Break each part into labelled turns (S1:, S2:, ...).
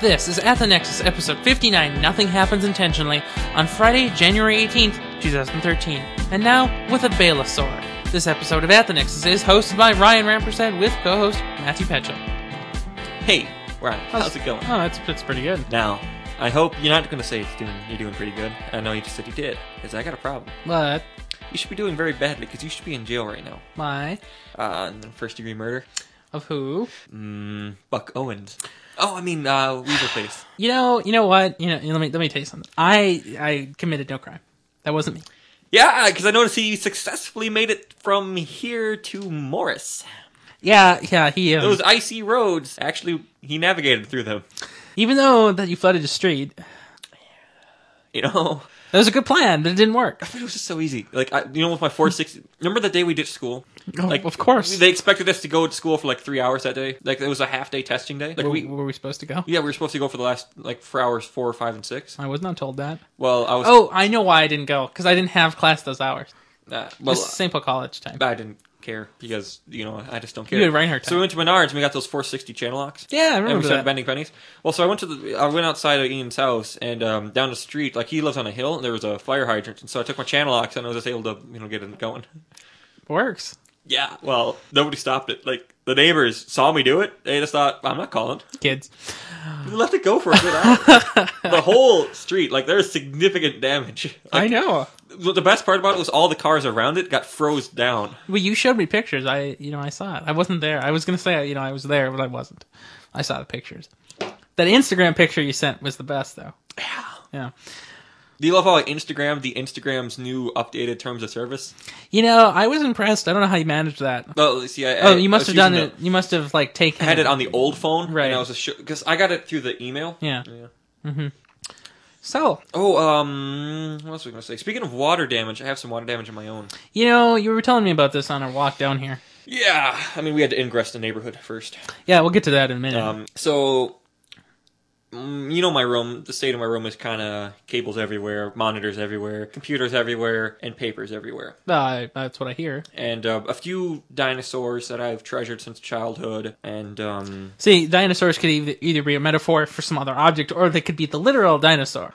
S1: This is At the Nexus, episode 59 Nothing Happens Intentionally, on Friday, January 18th, 2013. And now, with a Bela sword. This episode of At the Nexus is hosted by Ryan Rampersad with co host Matthew Petchel.
S2: Hey, Ryan, how's it going?
S1: Oh, that's, that's pretty good.
S2: Now, I hope you're not going to say it's doing you're doing pretty good. I know you just said you did, because I got a problem.
S1: But,
S2: You should be doing very badly, because you should be in jail right now.
S1: my,
S2: Uh, and then first degree murder.
S1: of who?
S2: Mm, Buck Owens. Oh, I mean, uh, Weasel Face.
S1: You know, you know what? You know, let me let me tell you something. I I committed no crime. That wasn't me.
S2: Yeah, because I noticed he successfully made it from here to Morris.
S1: Yeah, yeah, he. Um,
S2: Those icy roads, actually, he navigated through them.
S1: even though that you flooded the street,
S2: You know,
S1: that was a good plan, but it didn't work.
S2: it was just so easy. Like, I, you know, with my 460. Remember the day we ditched school?
S1: Oh,
S2: Like,
S1: of course.
S2: They expected us to go to school for like three hours that day. Like, it was a half day testing day. Like,
S1: where,
S2: we,
S1: were we supposed to go?
S2: Yeah, we were supposed to go for the last like four hours, four, five, and six.
S1: I was not told that.
S2: Well, I was.
S1: Oh, I know why I didn't go because I didn't have class those hours.
S2: uh, well, uh,
S1: This is St. Paul College time.
S2: I didn't care because you know I just don't care.
S1: You had Reinhardt
S2: So we went to Menards and we got those four sixty channel locks.
S1: Yeah, I
S2: And we
S1: remember
S2: started
S1: that.
S2: bending pennies. Well, so I went to the, I went outside of Ian's house and um, down the street, like he lives on a hill, and there was a fire hydrant, and so I took my channel locks and I was just able to, you know, get it going.
S1: Works.
S2: Yeah. Well, nobody stopped it. Like the neighbors saw me do it, they just thought I'm not calling.
S1: Kids.
S2: We left it go for a good hour. the whole street, like there's significant damage. Like,
S1: I know.
S2: Well, the best part about it was all the cars around it got froze down.
S1: Well, you showed me pictures. I, you know, I saw it. I wasn't there. I was gonna say, you know, I was there, but I wasn't. I saw the pictures. That Instagram picture you sent was the best, though. Yeah.
S2: Do you love how I Instagram the Instagram's new updated terms of service?
S1: You know, I was impressed. I don't know how you managed that.
S2: Oh, see, I,
S1: Oh,
S2: I-
S1: you must
S2: I
S1: have
S2: was
S1: done
S2: using
S1: it. You must have like taken.
S2: The, I had it on the old phone,
S1: Right.
S2: And I was just because I got it through the email.
S1: Yeah.
S2: Yeah.
S1: So
S2: Oh, um, what else was I gonna say? Speaking of water damage, I have some water damage of my own.
S1: you know, you were telling me about this on our walk down here.
S2: Yeah, I mean, we had to ingress the neighborhood first.
S1: Yeah, we'll get to that in a minute.
S2: Um, so mm, you know my room, the state of my room is kind of cables everywhere, monitors everywhere, computers everywhere, and papers everywhere.
S1: Uh, I- that's what I hear.
S2: and uh, a few dinosaurs that I've treasured since childhood. And um,
S1: See, dinosaurs could either, either be a metaphor for some other object, or they could be the literal dinosaur.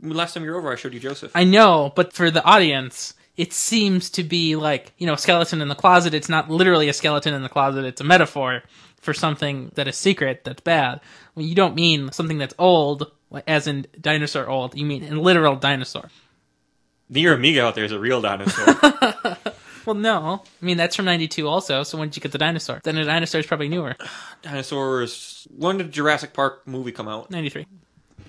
S2: last time you were over, I showed you Joseph.
S1: I know, but for the audience, it seems to be like, you know, a skeleton in the closet. It's not literally a skeleton in the closet, it's a metaphor for something that is secret, that's bad. When you don't mean something that's old, as in dinosaur old, you mean a literal dinosaur.
S2: Your amiga out there is a real dinosaur.
S1: Well, no. I mean, that's from 92 also, so when did you get the dinosaur? Then the dinosaur's probably newer.
S2: Dinosaurs. When did Jurassic Park movie come out?
S1: 93.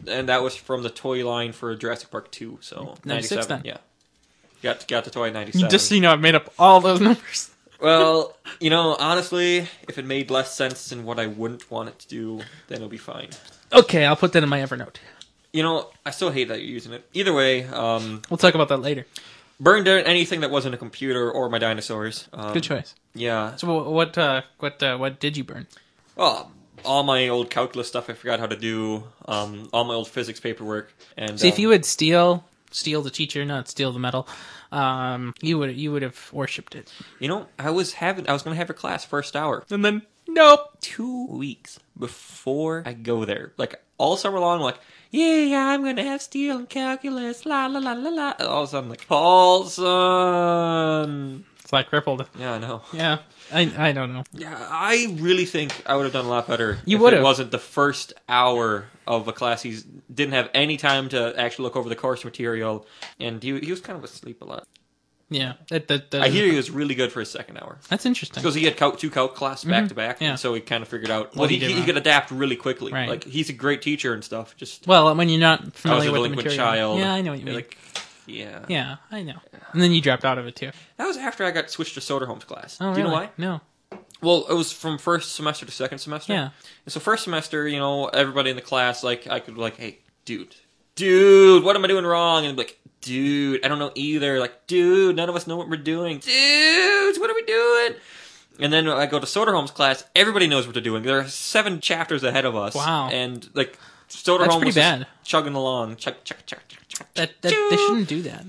S2: And that was from the toy line for Jurassic Park Two. So
S1: 96
S2: 97.
S1: then.
S2: Yeah. Got got the toy in
S1: You
S2: '97.
S1: just, you know, I made up all those numbers.
S2: well, you know, honestly, if it made less sense than what I wouldn't want it to do, then it'll be fine.
S1: Okay, I'll put that in my Evernote.
S2: You know, I still hate that you're using it. Either way, um,
S1: We'll talk about that later.
S2: burn down anything that wasn't a computer or my dinosaurs. Um,
S1: Good choice.
S2: Yeah,
S1: So wh- what uh, what uh, what did you burn?
S2: Well, Oh, all my old calculus stuff I forgot how to do. Um, all my old physics paperwork. And
S1: See, if
S2: um,
S1: you would steal steal the teacher, not steal the medal, um, you would you would have worshipped it.
S2: you know, I was having, I was gonna have her class first hour
S1: And then nope.
S2: two weeks before I go there. Like all summer long, like yeah, yeah, I'm gonna have steel and calculus, la la la la la. All of a sudden, like Paulson.
S1: It's like crippled.
S2: Yeah, I know.
S1: Yeah, I I don't know.
S2: Yeah, I really think I would have done a lot better.
S1: You
S2: if
S1: would've.
S2: It wasn't the first hour of a class. He didn't have any time to actually look over the course material, and he, he was kind of asleep a lot.
S1: Yeah, that, that, that
S2: I hear he was really good for his second hour
S1: That's interesting.
S2: because he had cou- two calc class back to back,
S1: Mm-hmm. yeah.
S2: and so he kind of figured out. Well,
S1: he
S2: he,
S1: did
S2: he,
S1: wrong.
S2: could adapt really quickly.
S1: Right.
S2: Like he's a great teacher and stuff. Just
S1: Well, when you're not
S2: I was a
S1: familiar with the
S2: delinquent
S1: material,
S2: child.
S1: yeah, I know what you
S2: You're
S1: mean.
S2: Like, yeah.
S1: yeah, I know. And then you dropped out of it too.
S2: that was after I got switched to Soderholm's class.
S1: Oh,
S2: Do you know
S1: really?
S2: why?
S1: No.
S2: Well, it was from first semester to second semester.
S1: Yeah.
S2: And so first semester, you know, everybody in the class, like, I could be like, hey, dude, dude, what am I doing wrong? And they'd be like, dude, I don't know either. Like, dude, none of us know what we're doing. Dudes, what are we doing? And then I go to Soderholm's class. Everybody knows what they're doing. There are seven chapters ahead of us.
S1: Wow.
S2: And like, Soderholm
S1: That's pretty
S2: was just
S1: bad.
S2: chugging along, chug, chug, chug, chug, chug.
S1: That, that they
S2: chug.
S1: shouldn't do that.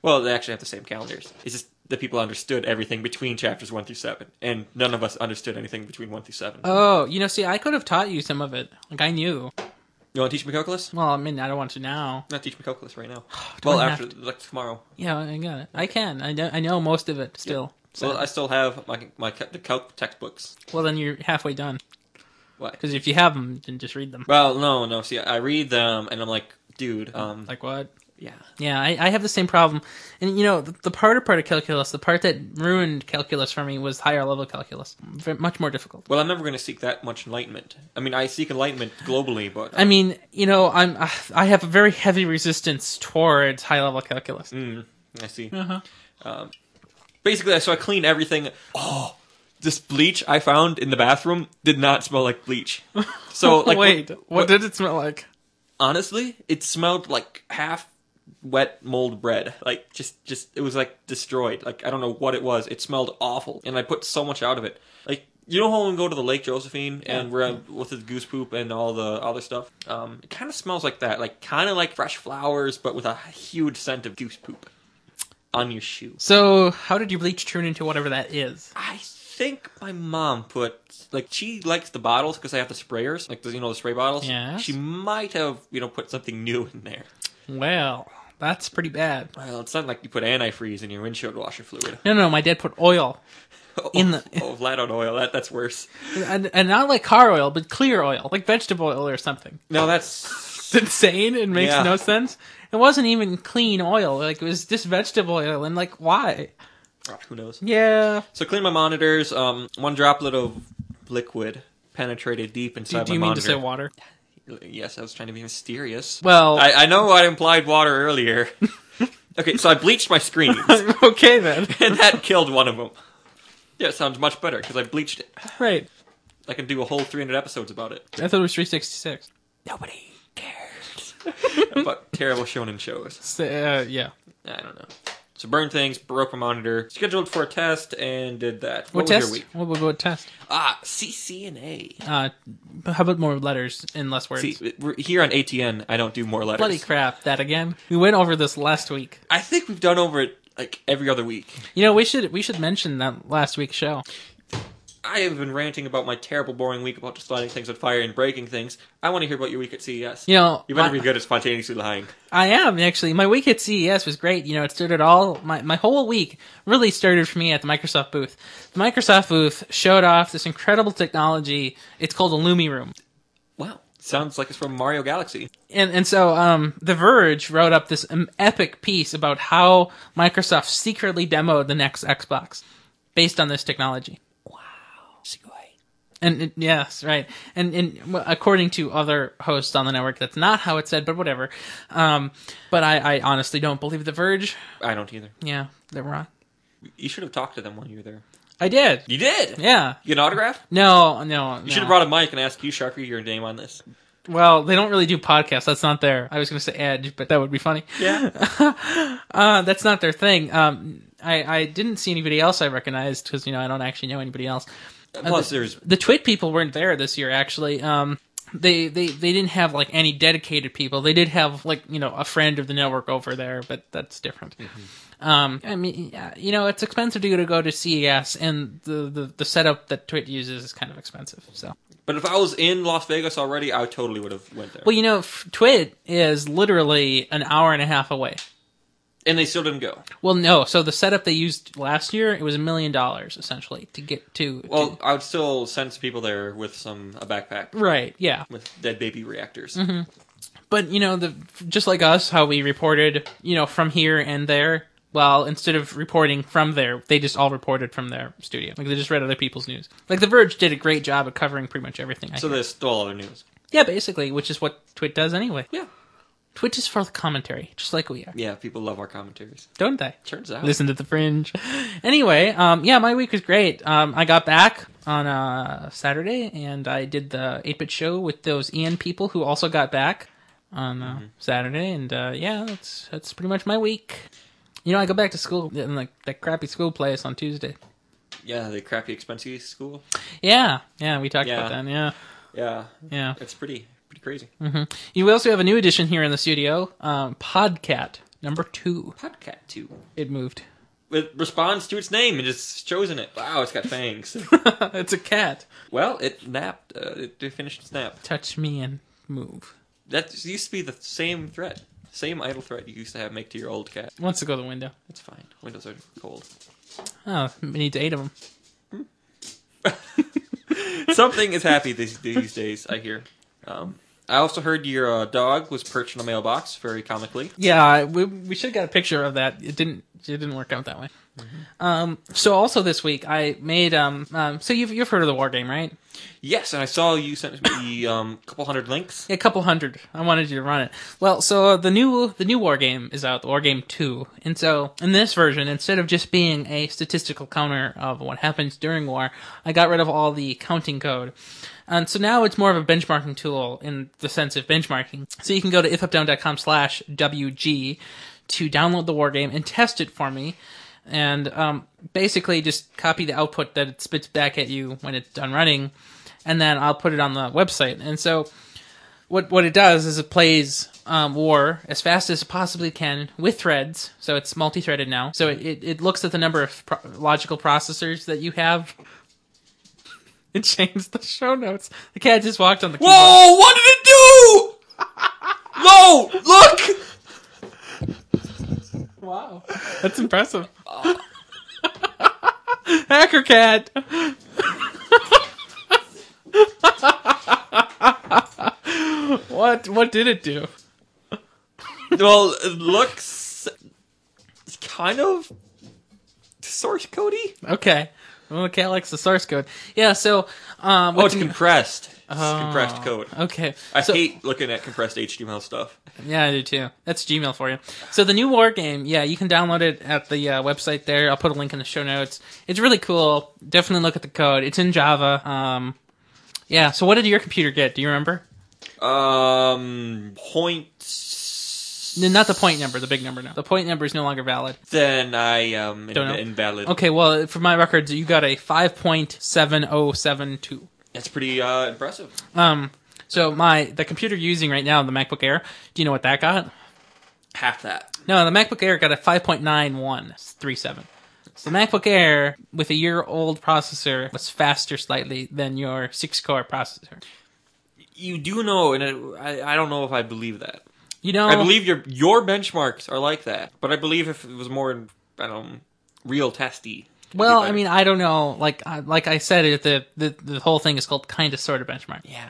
S2: Well, they actually have the same calendars. It's just that people understood everything between chapters one through seven, and none of us understood anything between one through seven.
S1: Oh, you know, see, I could have taught you some of it. Like I knew.
S2: You want to teach me calculus?
S1: Well, I mean, I don't want to now.
S2: Not teach me calculus right now.
S1: Do
S2: well,
S1: I
S2: after
S1: have
S2: like tomorrow.
S1: Yeah, I got it. I can. I know, I know most of it still. So,
S2: Well, I still have my my ca- the calc textbooks.
S1: well, then you're halfway done.
S2: What?
S1: Because if you have them, then just read them.
S2: Well, no, no. See, I read them and I'm like, dude, um,
S1: Like what?
S2: yeah,
S1: Oh, Yeah, I, I have the same problem. And you know, the, the harder part of calculus, the part that ruined calculus for me was higher level calculus. Very, much more difficult.
S2: Well, I'm never going to seek that much enlightenment. I mean, I seek enlightenment globally, but
S1: I mean, you know, I'm uh, I have a very heavy resistance towards high level calculus.
S2: Mm, I see.
S1: Uh-huh.
S2: Um, basically, so I cleaned everything. Oh, this bleach I found in the bathroom did not smell like bleach. So, like,
S1: wait, what,
S2: what-
S1: did it smell like?
S2: honestly, it smelled like half wet mold bread. Like, just, just it was like destroyed. Like, I don't know what it was. It smelled awful, and I put so much out of it. Like. You know how when we go to the Lake Josephine and we're out with the goose poop and all the other stuff? Um, it kind of smells like that, like kind of like fresh flowers, but with a huge scent of goose poop on your shoe.
S1: So, how did your bleach turn into whatever that is?
S2: I think my mom put like she likes the bottles because I have the sprayers, like the, you know the spray bottles.
S1: Yes.
S2: She might have you know put something new in there.
S1: Well, that's pretty bad.
S2: Well, it's not like you put antifreeze in your windshield washer fluid.
S1: No, no, my dad put oil, In the-
S2: oh, flat out oil. That that's worse.
S1: and, and not like car oil, but clear oil, like vegetable oil or something.
S2: No, that's
S1: It's insane. It makes
S2: Yeah.
S1: no sense. It wasn't even clean oil. Like it was just vegetable oil, and like why?
S2: oh, who knows.
S1: Yeah.
S2: So clean my monitors. Um, one droplet of liquid penetrated deep
S1: Do,
S2: inside
S1: do you
S2: my
S1: mean to say
S2: monitor.
S1: water?
S2: yes, I was trying to be mysterious.
S1: Well,
S2: I, I know I implied water earlier. okay, so I bleached my screens.
S1: okay then.
S2: and that killed one of them. Yeah, it sounds much better because I bleached it.
S1: right.
S2: I can do a whole 300 episodes about it.
S1: I thought it was 366.
S2: Nobody cares about terrible shonen shows.
S1: So, uh, yeah.
S2: I don't know. So burned things, broke my monitor, scheduled for a test, and did that.
S1: What,
S2: was
S1: test?
S2: your week?
S1: What, what, what test?
S2: Ah, CCNA.
S1: Uh, how about more letters and less words?
S2: See, we're here on ATN, I don't do more letters.
S1: Bloody crap! That again. We went over this last week.
S2: I think we've done over it like every other week.
S1: You know, we should we should mention that last week's show.
S2: I have been ranting about my terrible, boring week about just lighting things on fire and breaking things. I want to hear about your week at CES.
S1: You know,
S2: You better
S1: my-
S2: be good at spontaneously lying.
S1: I am actually. My week at CES was great. You know, it started all my my whole week really started for me at the Microsoft booth. The Microsoft booth showed off this incredible technology. It's called a Lumi Room.
S2: Wow. Sounds like it's from Mario Galaxy.
S1: And and so um The Verge wrote up this um, epic piece about how Microsoft secretly demoed the next Xbox based on this technology. And and- yes, right. And and well, according to other hosts on the network, that's not how it said, but whatever. Um, but I, I honestly don't believe The Verge.
S2: I don't either.
S1: Yeah, they're wrong.
S2: You should have talked to them while you were there.
S1: I did.
S2: You did.
S1: Yeah.
S2: You get an autograph.
S1: No, no.
S2: You should have brought a mic and asked you, Sharpie, your name on this.
S1: Well, they don't really do podcasts. That's not their. I was going to say Edge, but that would be funny.
S2: Yeah.
S1: Uh, that's not their thing. Um, I, I didn't see anybody else I recognized because you know I don't actually know anybody else.
S2: Plus, there's
S1: The Twit people weren't there this year actually. Um, they, they they didn't have like any dedicated people. They did have like you know a friend of the network over there, but that's different.
S2: Mm-hmm.
S1: Um, I mean, yeah, you know, it's expensive to go to go to CES, and the, the, the setup that Twit uses is kind of expensive. So
S2: but if I was in Las Vegas already, I totally would have went there.
S1: Well, you know, f- Twit is literally an hour and a half away.
S2: and they still didn't go.
S1: Well, no. So the setup they used last year, it was a million dollars essentially to get to.
S2: Well, I would still send some people there with some a backpack
S1: to- right, yeah.
S2: with dead baby reactors.
S1: But you know, the just like us, how we reported, you know, from here and there. Well, instead of reporting from there, they just all reported from their studio. Like they just read other people's news. Like The Verge did a great job at covering pretty much everything. I
S2: So
S1: hear.
S2: they stole all their news.
S1: yeah, basically, which is what Twit does anyway.
S2: Yeah.
S1: Twit is for the commentary, just like we are,
S2: Yeah. People love our commentaries.
S1: don't they?
S2: Turns out.
S1: listen to the fringe anyway um yeah my week was great um i got back on uh saturday and i did the 8-bit show with those ian people who also got back on uh, saturday and uh yeah that's that's pretty much my week you know i go back to school in like that crappy school place on tuesday
S2: Yeah. The crappy, expensive school.
S1: yeah yeah we talked
S2: Yeah.
S1: about that yeah
S2: Yeah.
S1: yeah
S2: It's pretty pretty crazy.
S1: you also have a new addition here in the studio um podcat number two
S2: Podcast too.
S1: it moved
S2: It responds to its name and it's chosen it. Wow, it's got fangs.
S1: it's a cat
S2: Well, it napped. Uh, it, it finished its nap.
S1: touch me and move
S2: That used to be the same threat, same idle threat you used to have make to your old cat.
S1: Wants to go to the window.
S2: It's fine. Windows are cold.
S1: Oh, we need eight of them.
S2: Something is happy these, these days. I hear. Um, I also heard your uh, dog was perched on a mailbox, very comically.
S1: Yeah, I- we we should have got a picture of that. It didn't it didn't work out that way. Um, so also this week I made um, um so you've you've heard of the war game right?
S2: Yes, and I saw you sent me um, a couple hundred links.
S1: A couple hundred. I wanted you to run it. Well, so uh, the new the new war game is out, the war game two, and so in this version, instead of just being a statistical counter of what happens during war, I got rid of all the counting code. And so now it's more of a benchmarking tool in the sense of benchmarking. So you can go to ifupdown.com slash WG to download the war game and test it for me. And um, basically just copy the output that it spits back at you when it's done running. And then I'll put it on the website. And so what what it does is it plays um, war as fast as it possibly can with threads, so it's multi-threaded now. So it, it, it looks at the number of pro- logical processors that you have. It changed the show notes. The cat just walked on the keyboard.
S2: Whoa! What did it do? No! Look!
S1: Wow, that's impressive. Hacker cat. what what did it do?
S2: Well, it looks kind of source codey.
S1: Okay. Well, the cat likes the source code. Yeah. So, um,
S2: Oh,
S1: what
S2: it's
S1: do you-
S2: compressed. It's compressed code.
S1: Okay.
S2: I
S1: So-
S2: hate looking at compressed HTML stuff.
S1: Yeah, I do too. That's Gmail for you. So the new war game, yeah, you can download it at the uh, website there. I'll put a link in the show notes. It's really cool. Definitely look at the code. It's in Java. Um, yeah. So what did your computer get? Do you remember?
S2: Um, point.
S1: No, Not the point number, the big number now. The point number is no longer valid.
S2: Then I um
S1: Don't know.
S2: invalid.
S1: Okay, well, for my records, you got a 5.7072.
S2: That's pretty uh, impressive.
S1: Um, so my the computer you're using right now, the MacBook Air, do you know what that got?
S2: Half that.
S1: No, the MacBook Air got a 5.9137. So the MacBook Air with a year old processor was faster slightly than your six core processor.
S2: You do know, and it, I I don't know if I believe that.
S1: You know,
S2: I believe your your benchmarks are like that, but I believe if it was more, I don't know, real testy. it'd be
S1: well, I
S2: better.
S1: mean, I don't know. Like, I, like I said, it, the, the the whole thing is called kind of sort of benchmark.
S2: yeah.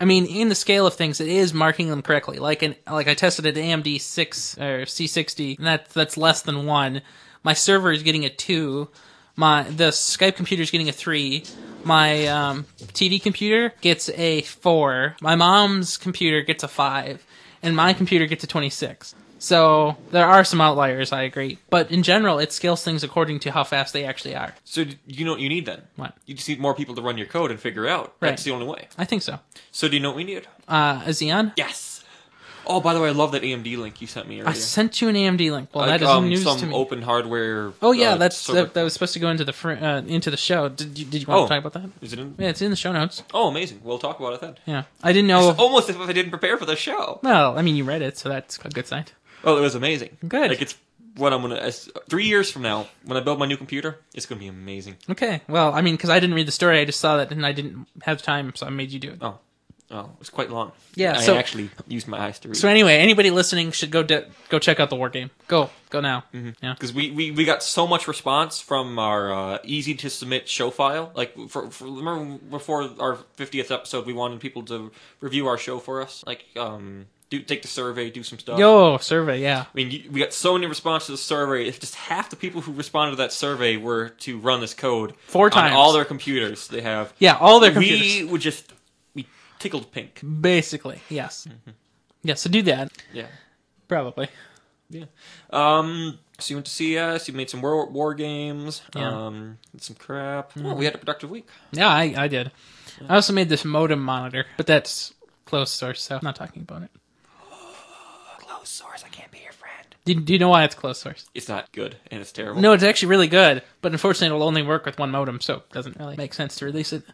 S1: I mean, in the scale of things, it is marking them correctly. Like an like I tested an AMD six or C sixty, and that's that's less than one. My server is getting a two. My the Skype computer is getting a three. My um, TV computer gets a four. My mom's computer gets a five, and my computer gets a twenty six. So there are some outliers, I agree, but in general, it scales things according to how fast they actually are.
S2: So d- you know what you need then?
S1: What?
S2: You just need more people to run your code and figure it out.
S1: Right.
S2: That's the only way.
S1: I think so.
S2: So do you know what we need?
S1: Uh, Xeon,
S2: Yes. Oh, by the way, I love that AMD link you sent me earlier.
S1: I sent you an AMD link. Well,
S2: like
S1: that is
S2: um,
S1: news
S2: some
S1: to me.
S2: open hardware.
S1: Oh yeah,
S2: uh,
S1: that's
S2: server-
S1: that, that was supposed to go into the fr- uh, into the show. Did you, did you want
S2: Oh.
S1: to talk about that?
S2: Is it in?
S1: Yeah, it's in the show notes.
S2: Oh, amazing. We'll talk about it then.
S1: Yeah, I didn't know.
S2: It's
S1: if-
S2: almost as if I didn't prepare for the show.
S1: well, I mean, you read it, so that's a good sign.
S2: Well, it was amazing.
S1: Good.
S2: Like it's what I'm gonna. as- Three years from now, when I build my new computer, it's gonna be amazing.
S1: Okay, well, I mean, because I didn't read the story, I just saw that, and I didn't have time, so I made you do it.
S2: Oh, oh, it's quite long.
S1: Yeah,
S2: I
S1: so-
S2: actually used my eyes to read.
S1: So anyway, anybody listening should go de- go check out the war game. Go, go now. Yeah.
S2: because we, we, we got so much response from our uh, easy to submit show file. Like, for, for, remember before our fiftieth episode, we wanted people to review our show for us. Like, um, do take the survey, do some stuff.
S1: Yo, survey, yeah.
S2: I mean, you, we got so many responses to the survey. If just half the people who responded to that survey were to run this code
S1: Four
S2: on
S1: times.
S2: all their computers, they have.
S1: Yeah, all their computers. Mm-hmm.
S2: We would just we tickled pink.
S1: Basically, yes.
S2: Mm-hmm.
S1: Yeah, so do that.
S2: Yeah.
S1: Probably.
S2: Um, so you went to see us. You made some war, war games.
S1: Yeah. Mm-hmm.
S2: Um, did some crap. Well, we had a productive week.
S1: Yeah, I, I did. I also made this modem monitor, but that's closed source, so I'm not talking about it.
S2: Close source. I can't be your friend.
S1: Do, do you know why it's closed source?
S2: It's not good, and it's terrible.
S1: No, it's actually really good, but unfortunately, it'll only work with one modem, so it doesn't really make sense to release it.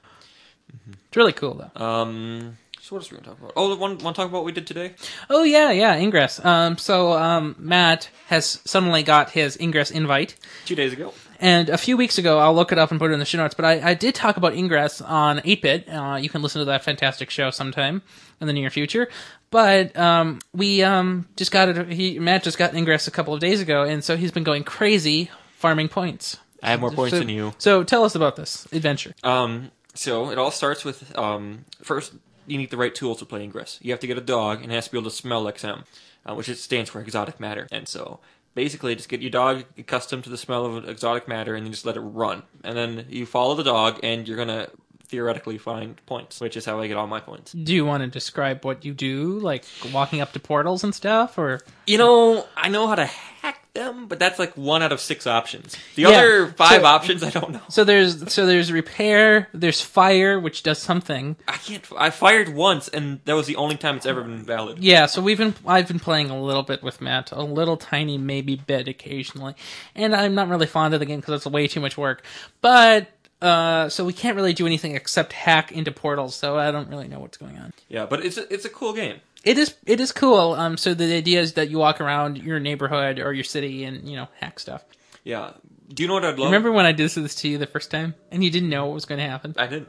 S1: It's really cool though.
S2: Um. So what else are we gonna talk about? Oh, want want to talk about what we did today?
S1: Oh yeah, yeah, Ingress. Um, so um, Matt has suddenly got his Ingress invite,
S2: Two days ago.
S1: And a few weeks ago, I'll look it up and put it in the show notes, but I, I did talk about Ingress on 8-Bit. Uh, you can listen to that fantastic show sometime in the near future. But um, we um, just got it. He, Matt just got Ingress a couple of days ago, and so he's been going crazy farming points.
S2: I have more points
S1: so,
S2: than you.
S1: So tell us about this adventure.
S2: Um, so it all starts with um, first you need the right tools to play Ingress. You have to get a dog and it has to be able to smell XM, uh, which it stands for exotic matter. And so basically, just get your dog accustomed to the smell of exotic matter and then just let it run. And then you follow the dog and you're gonna theoretically find points, which is how I get all my points.
S1: Do you want to describe what you do, like walking up to portals and stuff, or
S2: You know, I know how to hack them, but that's like one out of six options. The
S1: Yeah.
S2: other five
S1: So-
S2: options, I don't know.
S1: so there's so there's repair, there's fire, which does something.
S2: I can't. I fired once, and that was the only time it's ever been valid.
S1: Yeah, so we've been I've been playing a little bit with Matt, a little tiny maybe bit occasionally, and I'm not really fond of the game because it's way too much work. But uh, so we can't really do anything except hack into portals, so I don't really know what's going on.
S2: Yeah, but it's a, it's a cool game.
S1: It is it is cool. Um, so the idea is that you walk around your neighborhood or your city and you know hack stuff.
S2: Yeah. Do you know what I'd love?
S1: Remember when I did this to you the first time and you didn't know what was going to happen?
S2: I didn't.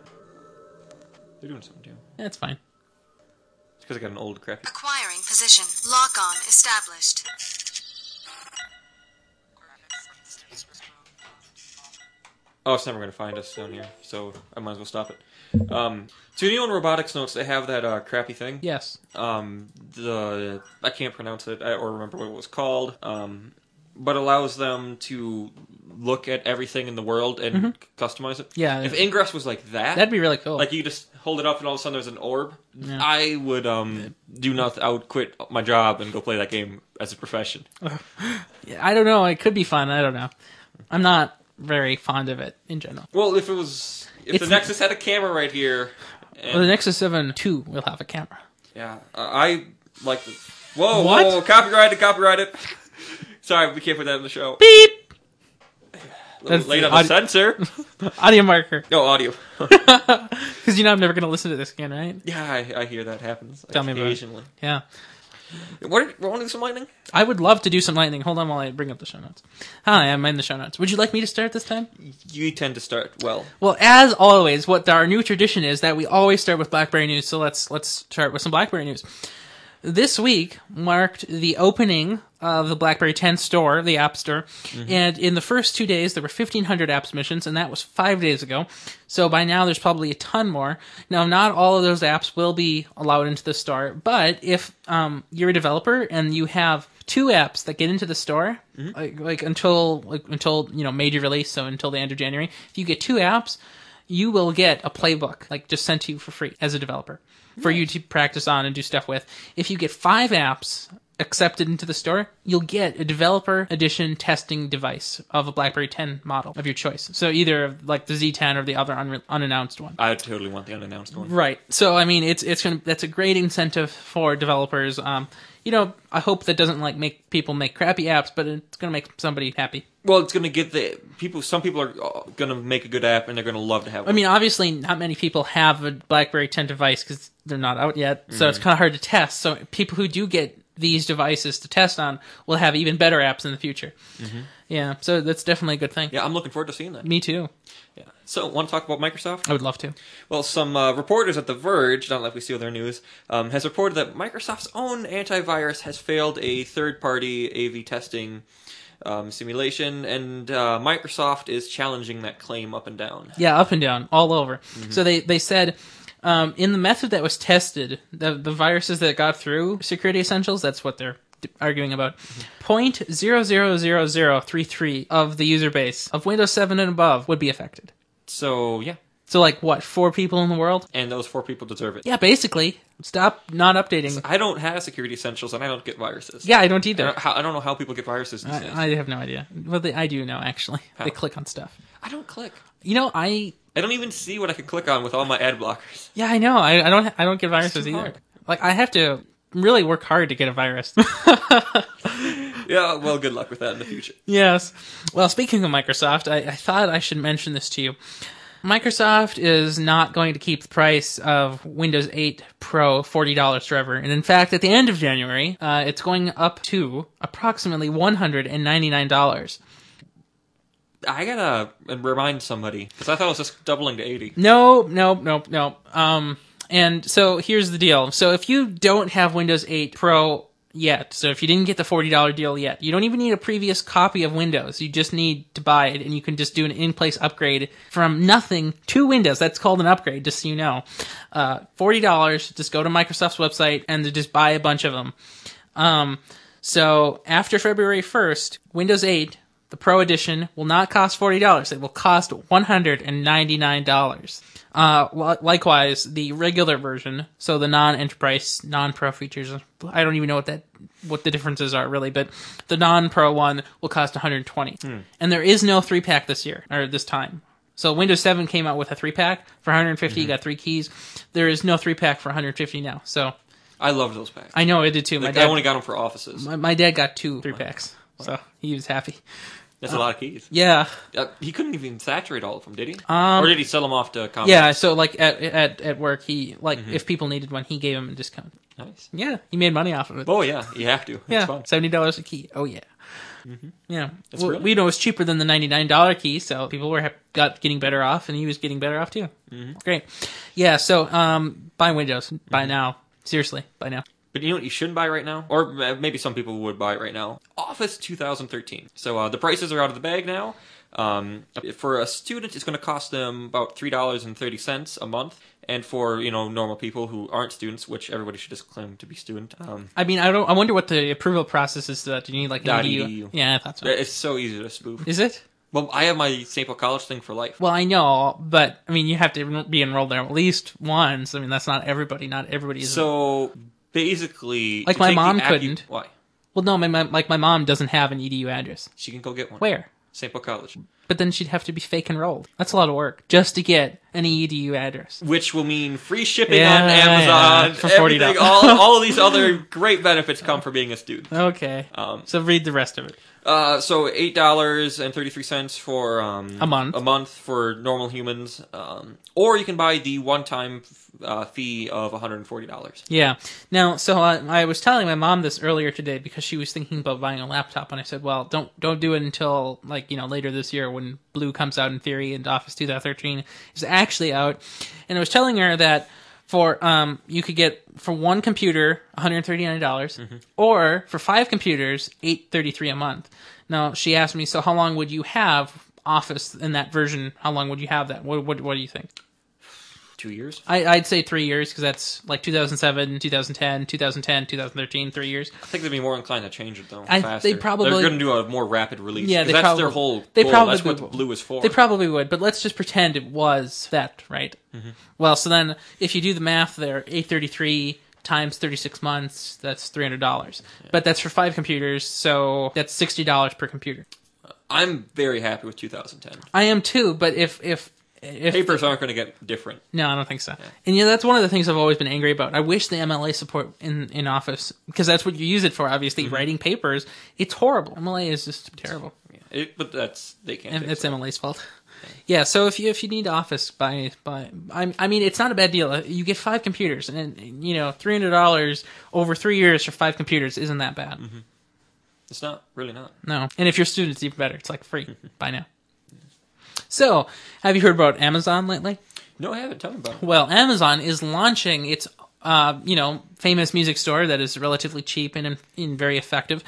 S2: They're doing something to you.
S1: That's fine.
S2: It's because I got an old crappy.
S3: Acquiring position. Lock on established.
S2: Oh, it's never going to find us down here, so I might as well stop it. Um, so you know in robotics notes they have that uh, crappy thing.
S1: Yes.
S2: Um, the I can't pronounce it I, or remember what it was called. Um, but allows them to look at everything in the world and c- customize it.
S1: Mm-hmm. Yeah.
S2: If Ingress was like that,
S1: That'd be really cool.
S2: like you just hold it up and all of a sudden there's an orb.
S1: Yeah.
S2: I would um do nothing. I would quit my job and go play that game as a profession.
S1: I don't know. It could be fun. I don't know. I'm not very fond of it in general.
S2: Well, if it was, if
S1: It's-
S2: the Nexus had a camera right here, and,
S1: Well, the Nexus 7 2 will have a camera.
S2: yeah, uh, I I like. The, whoa,
S1: What?
S2: whoa, copyright it, copyright it. Sorry, we can't put that in the show.
S1: Beep! That's
S2: Late
S1: the
S2: on the
S1: audi-
S2: censor.
S1: Audio marker.
S2: No audio.
S1: Because you know I'm never going to listen to this again, right?
S2: yeah, I, I hear that happens
S1: Tell me about it.
S2: occasionally.
S1: Yeah.
S2: What? Want to do some lightning?
S1: I would love to do some lightning. Hold on while I bring up the show notes. Hi, I'm in the show notes. Would you like me to start this time?
S2: You tend to start well.
S1: Well, as always, what our new tradition is that we always start with BlackBerry news. So let's let's start with some BlackBerry news. This week marked the opening of the BlackBerry 10 store, the App Store, and in the first two days there were 1,500 apps missions, and that was five days ago. So by now there's probably a ton more. Now, not all of those apps will be allowed into the store, but if um, you're a developer and you have two apps that get into the store like, like until like until you know major release so until the end of january if you get two apps you will get a playbook like just sent to you for free as a developer for you to practice on and do stuff with if you get five apps accepted into the store you'll get a developer edition testing device of a blackberry 10 model of your choice so either of, like the z10 or the other un- unannounced one
S2: I totally want the unannounced one.
S1: Right. So I mean, it's it's gonna that's a great incentive for developers. Um, you know, I hope that doesn't like make people make crappy apps, but it's gonna make somebody happy.
S2: Well, it's gonna get the people. Some people are uh, gonna make a good app, and they're gonna love to have.
S1: I mean, obviously, not many people have a BlackBerry 10 device because they're not out yet, so it's kind of hard to test. So people who do get these devices to test on will have even better apps in the future. Yeah. So that's definitely a good thing.
S2: yeah, I'm looking forward to seeing that.
S1: Me too.
S2: Yeah. So, want to talk about Microsoft?
S1: I would love to.
S2: Well, some uh, reporters at The Verge, not like we steal their news, um, has reported that Microsoft's own antivirus has failed a third-party AV testing um, simulation, and uh, Microsoft is challenging that claim up and down.
S1: Yeah, up and down, all over. So they they said um, in the method that was tested, the the viruses that got through Security Essentials, that's what they're d- arguing about. Point zero zero zero zero three three of the user base of Windows Seven and above would be affected.
S2: So, yeah,
S1: So like what four people in the world?
S2: and those four people deserve it.
S1: Yeah, basically stop not updating.
S2: I don't have Security Essentials, and I don't get viruses.
S1: Yeah, I don't
S2: I
S1: either.
S2: don't, how, I don't know how people get viruses these days.
S1: I, I have no idea. Well, they, I do know actually. They click on stuff.
S2: I don't click.
S1: You know, I
S2: I don't even see what I can click on with all my ad blockers.
S1: Yeah, I know. I, I don't. I don't get viruses
S2: too
S1: either.
S2: hard.
S1: Like I have to really work hard to get a virus.
S2: Yeah, well, good luck with that in the future.
S1: yes. Well, speaking of Microsoft, I, I thought I should mention this to you. Microsoft is not going to keep the price of Windows 8 Pro forty dollars forever, and in fact, at the end of January, uh, it's going up to approximately one hundred and ninety nine dollars.
S2: I gotta remind somebody because I thought it was just doubling to eighty.
S1: No, no, no, no. Um, and so here's the deal. So if you don't have Windows 8 Pro yet, so if you didn't get the $40 deal yet, you don't even need a previous copy of Windows. You just need to buy it and you can just do an in-place upgrade from nothing to Windows. That's called an upgrade, just so you know. Uh, $40, just go to Microsoft's website and just buy a bunch of them. Um, so after February 1st, Windows 8, the Pro Edition, will not cost $40. It will cost $199. Uh, li- likewise, the regular version, so the non-enterprise, non-pro features, I don't even know what that, what the differences are really, but the non-pro one will cost 120.
S2: Hmm.
S1: And there is no three pack this year, or this time. So Windows 7 came out with a three pack for 150,
S2: Hmm.
S1: you got three keys. There is no three pack for 150 now. So
S2: I loved those packs.
S1: I know I did too. My
S2: Like,
S1: dad
S2: I only got them for offices.
S1: my, my dad got two three packs, so he was happy.
S2: That's a lot of keys.
S1: Yeah,
S2: Uh, he couldn't even saturate all of them, did he? or did he sell them off to? Combat?
S1: Um, yeah. So like at at, at work, he like if people needed one, he gave them a discount.
S2: Nice.
S1: Mm-hmm. Yeah, he made money off of it.
S2: Oh yeah, you have to. It's
S1: yeah,
S2: fun.
S1: seventy dollars a key. Oh yeah. Yeah,
S2: That's
S1: well,
S2: brilliant.
S1: we know it's cheaper than the ninety nine dollar key, so people were ha- got getting better off, and he was getting better off too. Great, yeah. So, um, buy Windows buy now. Seriously, buy now.
S2: But you know what you shouldn't buy right now, or uh, maybe some people would buy it right now. Office 2013. So uh, the prices are out of the bag now. Um, for a student, it's going to cost them about three dollars and thirty cents a month, and for you know normal people who aren't students, which everybody should just claim to be student. Um,
S1: I mean, I don't. I wonder what the approval process is. For that do you need like an
S2: Dot
S1: EDU?
S2: EDU.
S1: Yeah, I thought so.
S2: it's so easy to spoof.
S1: Is it?
S2: Well, I have my St. Paul College thing for life.
S1: Well, I know, but I mean, you have to be enrolled there at least once. I mean, that's not everybody. Not everybody is.
S2: So basically,
S1: Like
S2: to
S1: my
S2: take the
S1: mom
S2: Accu-
S1: couldn't.
S2: Why?
S1: well, no, my, my like my mom doesn't have an edu address.
S2: She can go get one.
S1: Where?
S2: St. Paul College,
S1: But then she'd have to be fake enrolled. That's a lot of work just to get an edu address.
S2: which will mean free shipping
S1: Yeah,
S2: on
S1: yeah,
S2: Amazon.
S1: for $40.
S2: everything. All, all of these other great benefits come from being a student.
S1: Okay.
S2: Um,
S1: so read the rest of it.
S2: Uh, so eight dollars and thirty three cents for um,
S1: A month.
S2: A month for normal humans, um, or you can buy the one time uh, fee of one hundred and forty dollars.
S1: Yeah. Now, so I, I was telling my mom this earlier today because she was thinking about buying a laptop, and I said, "Well, don't don't do it until like you know later this year when Blue comes out in theory and Office 2013 is actually out." And I was telling her that for um you could get for one computer 139 dollars, or for five computers 833 a month. Now she asked me, "So how long would you have?" Office in that version, how long would you have that? What what, what do you think?
S2: Two years.
S1: I, I'd say three years because that's like 2007, 2010, 2010, 2013, three years.
S2: I think they'd be more inclined to change it though.
S1: I-
S2: faster.
S1: they probably-
S2: they're going to do a more rapid release.
S1: Yeah,
S2: 'cause
S1: they
S2: that's
S1: probably-
S2: their whole.
S1: they
S2: goal.
S1: probably
S2: that's what
S1: would.
S2: blue is for.
S1: They probably would, but let's just pretend it was that, right? Well, so then if you do the math there, 833 times 36 months, that's $300. But that's for five computers, so that's $60 per computer.
S2: I'm very happy with 2010.
S1: I am too, but if, if, if
S2: Papers aren't going to get different.
S1: No, I don't think so. And yeah, that's one of the things I've always been angry about. I wish the MLA support in in Office because that's what you use it for. Obviously, writing papers, it's horrible. MLA is just terrible.
S2: It, but that's they can't.
S1: And
S2: fix
S1: it's
S2: it.
S1: MLA's fault. Yeah, so if you if you need Office, buy buy. I, I mean, it's not a bad deal. Uh, You get five computers, and you know, three hundred dollars over three years for five computers isn't that bad.
S2: It's not really not.
S1: No, and if you're a student, it's even better. It's like free by now. So, have you heard about Amazon lately?
S2: No, I haven't. Tell me about it.
S1: Well, Amazon is launching its, uh, you know, famous music store that is relatively cheap and, and very effective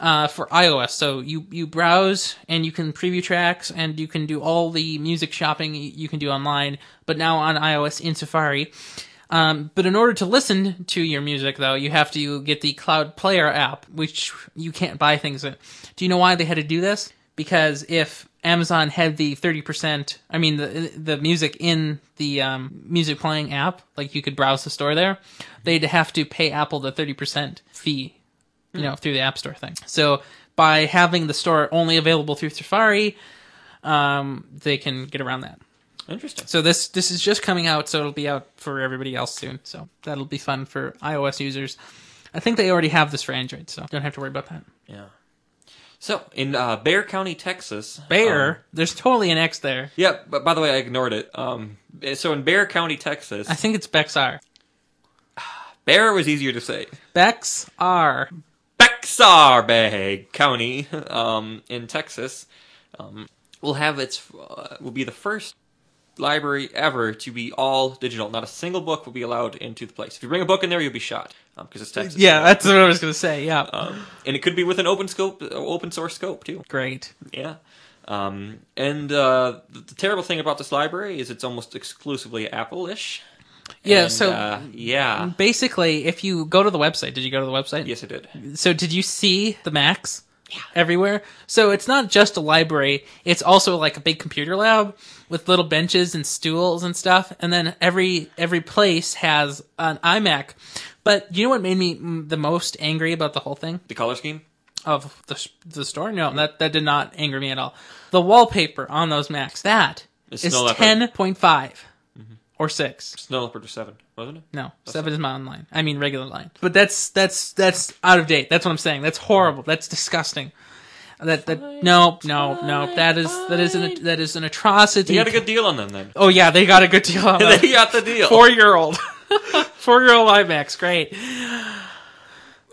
S1: uh, for iOS. So you you browse and you can preview tracks and you can do all the music shopping you can do online, but now on iOS in Safari. Um, but in order to listen to your music, though, you have to get the Cloud Player app, which you can't buy things in. Do you know why they had to do this? Because if Amazon had the thirty percent, I mean the the music in the um, music playing app, like you could browse the store there, they'd have to pay Apple the thirty percent fee you know, through the App Store thing. So by having the store only available through Safari, um, they can get around that.
S2: Interesting.
S1: So this this is just coming out, so it'll be out for everybody else soon. So that'll be fun for iOS users. I think they already have this for Android, so don't have to worry about that.
S2: Yeah. So in uh, Bear County, Texas.
S1: Bear,
S2: um,
S1: there's totally an X there.
S2: yeah, but by the way, I ignored it. Um, so in Bear County, Texas,
S1: I think it's Bexar.
S2: Bear was easier to say.
S1: Bexar.
S2: Bexar Bay County, um, in Texas. will have its uh, will be the first library ever to be all digital. Not a single book will be allowed into the place. If you bring a book in there, you'll be shot because it's Texas.
S1: Yeah, that's what I was gonna say. Yeah,
S2: Um, and it could be with an open scope, uh, open source scope too.
S1: great.
S2: Yeah. Um, and uh, the, the terrible thing about this library is it's almost exclusively Apple-ish.
S1: Yeah,
S2: And,
S1: so-
S2: uh, yeah,
S1: Basically, if you go to the website, did you go to the website?
S2: yes, it did.
S1: So did you see the Macs? Everywhere. So it's not just a library, it's also like a big computer lab with little benches and stools and stuff. And then every every place has an iMac. But you know what made me mm, the most angry about the whole thing
S2: The color scheme.
S1: of the s- the store? No, that that did not anger me at all. The wallpaper on those Macs that
S2: It's
S1: is
S2: no leopard.
S1: 10.5 or 6.
S2: Snow Leopard was seven, wasn't it?
S1: No, seven is my online. I mean regular line. But that's that's that's out of date. That's what I'm saying. That's horrible. That's disgusting. That that no no no. That is that is an that is an atrocity.
S2: You got a good deal on them then.
S1: oh yeah, they got a good deal. On
S2: they got the deal.
S1: Four year old, four year old IMAX. Great.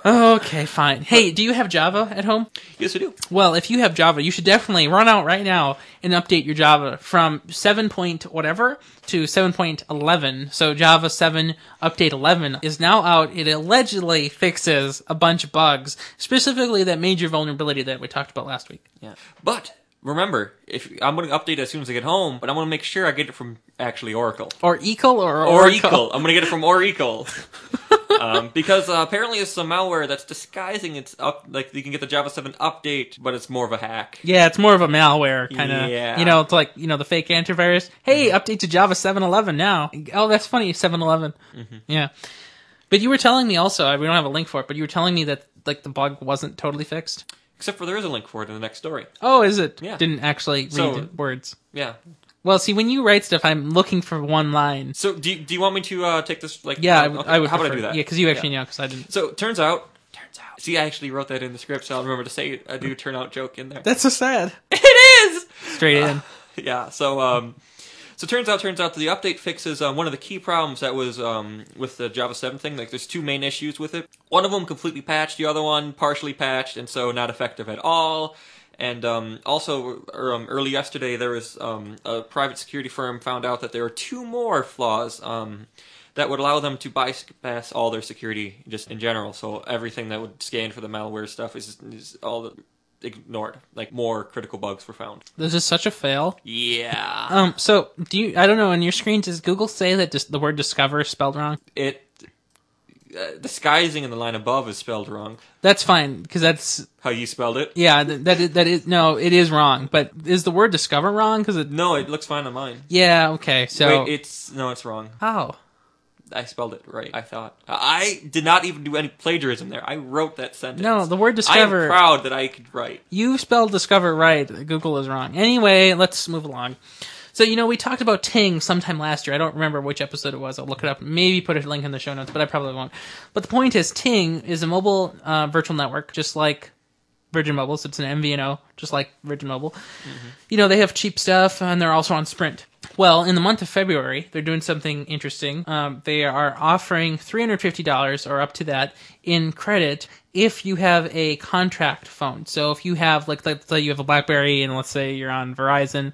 S1: Okay, fine. Hey, do you have Java at home?
S2: Yes, I do.
S1: Well, if you have Java, you should definitely run out right now and update your Java from 7. Point whatever to 7.11. So Java 7 update 11 is now out. It allegedly fixes a bunch of bugs, specifically that major vulnerability that we talked about last week.
S2: Yeah. But remember, if I'm going to update it as soon as I get home, but I'm going to make sure I get it from actually Oracle.
S1: Or Ecal or
S2: Oracle. I'm gonna get it from Oracle. um, because uh, apparently it's some malware that's disguising its up. Like you can get the Java 7 update, but it's more of a hack.
S1: Yeah, it's more of a malware kind of.
S2: Yeah. Mm-hmm.
S1: You know, it's like, you know, the fake antivirus. Hey, update to Java 7.11 now. Oh, that's funny, 7.11.
S2: Mm-hmm.
S1: Yeah. But you were telling me also, I- we don't have a link for it, but you were telling me that, like, the bug wasn't totally fixed.
S2: Except for there is a link for it in the next story.
S1: Oh, is it?
S2: Yeah.
S1: Didn't actually read
S2: So-
S1: the words.
S2: Yeah.
S1: Well, see, when you write stuff, I'm looking for one line.
S2: So do you, do you want me to uh, take this? Like
S1: Yeah, I
S2: um,
S1: would-
S2: okay,
S1: I would
S2: How would I
S1: prefer-
S2: do that?
S1: Yeah, because you actually know, because I didn't.
S2: So it turns out. Turns out. See, I actually wrote that in the script, so I'll remember to say a do turn out joke in there.
S1: That's so sad.
S2: it is.
S1: Straight in.
S2: yeah. So um, so turns out turns out the update fixes um, one of the key problems that was um with the Java 7 thing. Like there's two main issues with it. One of them completely patched, the other one partially patched, and so not effective at all. And um, also, er, um, early yesterday, there was um, a private security firm found out that there are two more flaws um, that would allow them to bypass all their security just in general. So everything that would scan for the malware stuff is, is all ignored. Like more critical bugs were found.
S1: This is such a fail.
S2: Yeah.
S1: Um, so do you? I don't know. On your screen, does Google say that dis- the word "discover" is spelled wrong?
S2: it uh, disguising in the line above is spelled wrong.
S1: That's fine because that's
S2: How you spelled it?
S1: yeah. Th- that is, that is no, it is wrong. But is the word "discover" wrong? Because it
S2: No, it looks fine on mine.
S1: yeah. Okay. So Oh,
S2: Wait, it's no, it's wrong.
S1: how?
S2: I spelled it right. I thought I did not even do any plagiarism there. I wrote that sentence.
S1: No, the word
S2: I am
S1: "discover."
S2: proud that I could write.
S1: You spelled discover right. Google is wrong. Anyway, let's move along. So, you know, we talked about Ting sometime last year. I don't remember which episode it was. I'll look it up. Maybe put a link in the show notes, but I probably won't. But the point is, Ting is a mobile uh, virtual network, just like Virgin Mobile. So it's an MVNO, just like Virgin Mobile. You know, they have cheap stuff, and they're also on Sprint. Well, in the month of February, they're doing something interesting. Um, they are offering $350 or up to that in credit if you have a contract phone. So if you have, like, let's say you have a BlackBerry, and let's say you're on Verizon,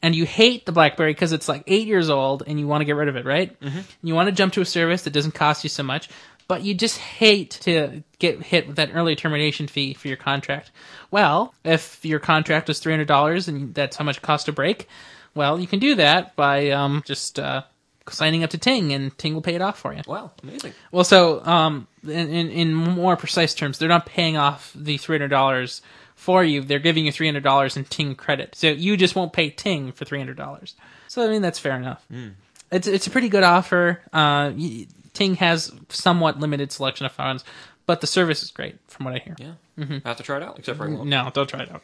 S1: and you hate the BlackBerry because it's like eight years old and you want to get rid of it, right? Mm-hmm. You want to jump to a service that doesn't cost you so much, but you just hate to get hit with that early termination fee for your contract. Well, if your contract is three hundred dollars and that's how much it costs to break, well, you can do that by um, just uh, signing up to Ting, and Ting will pay it off for you.
S2: Wow, amazing.
S1: Well, so um, in, in in more precise terms, they're not paying off the three hundred dollars for you. They're giving you three hundred dollars in Ting credit, so you just won't pay Ting for three hundred dollars. So I mean, that's fair enough.
S2: Hmm.
S1: It's it's a pretty good offer. Uh, y- Ting has somewhat limited selection of phones, but the service is great, from what I hear.
S2: Yeah,
S1: Mm-hmm.
S2: I have to try it out. Except for I won't.
S1: No, don't try it out.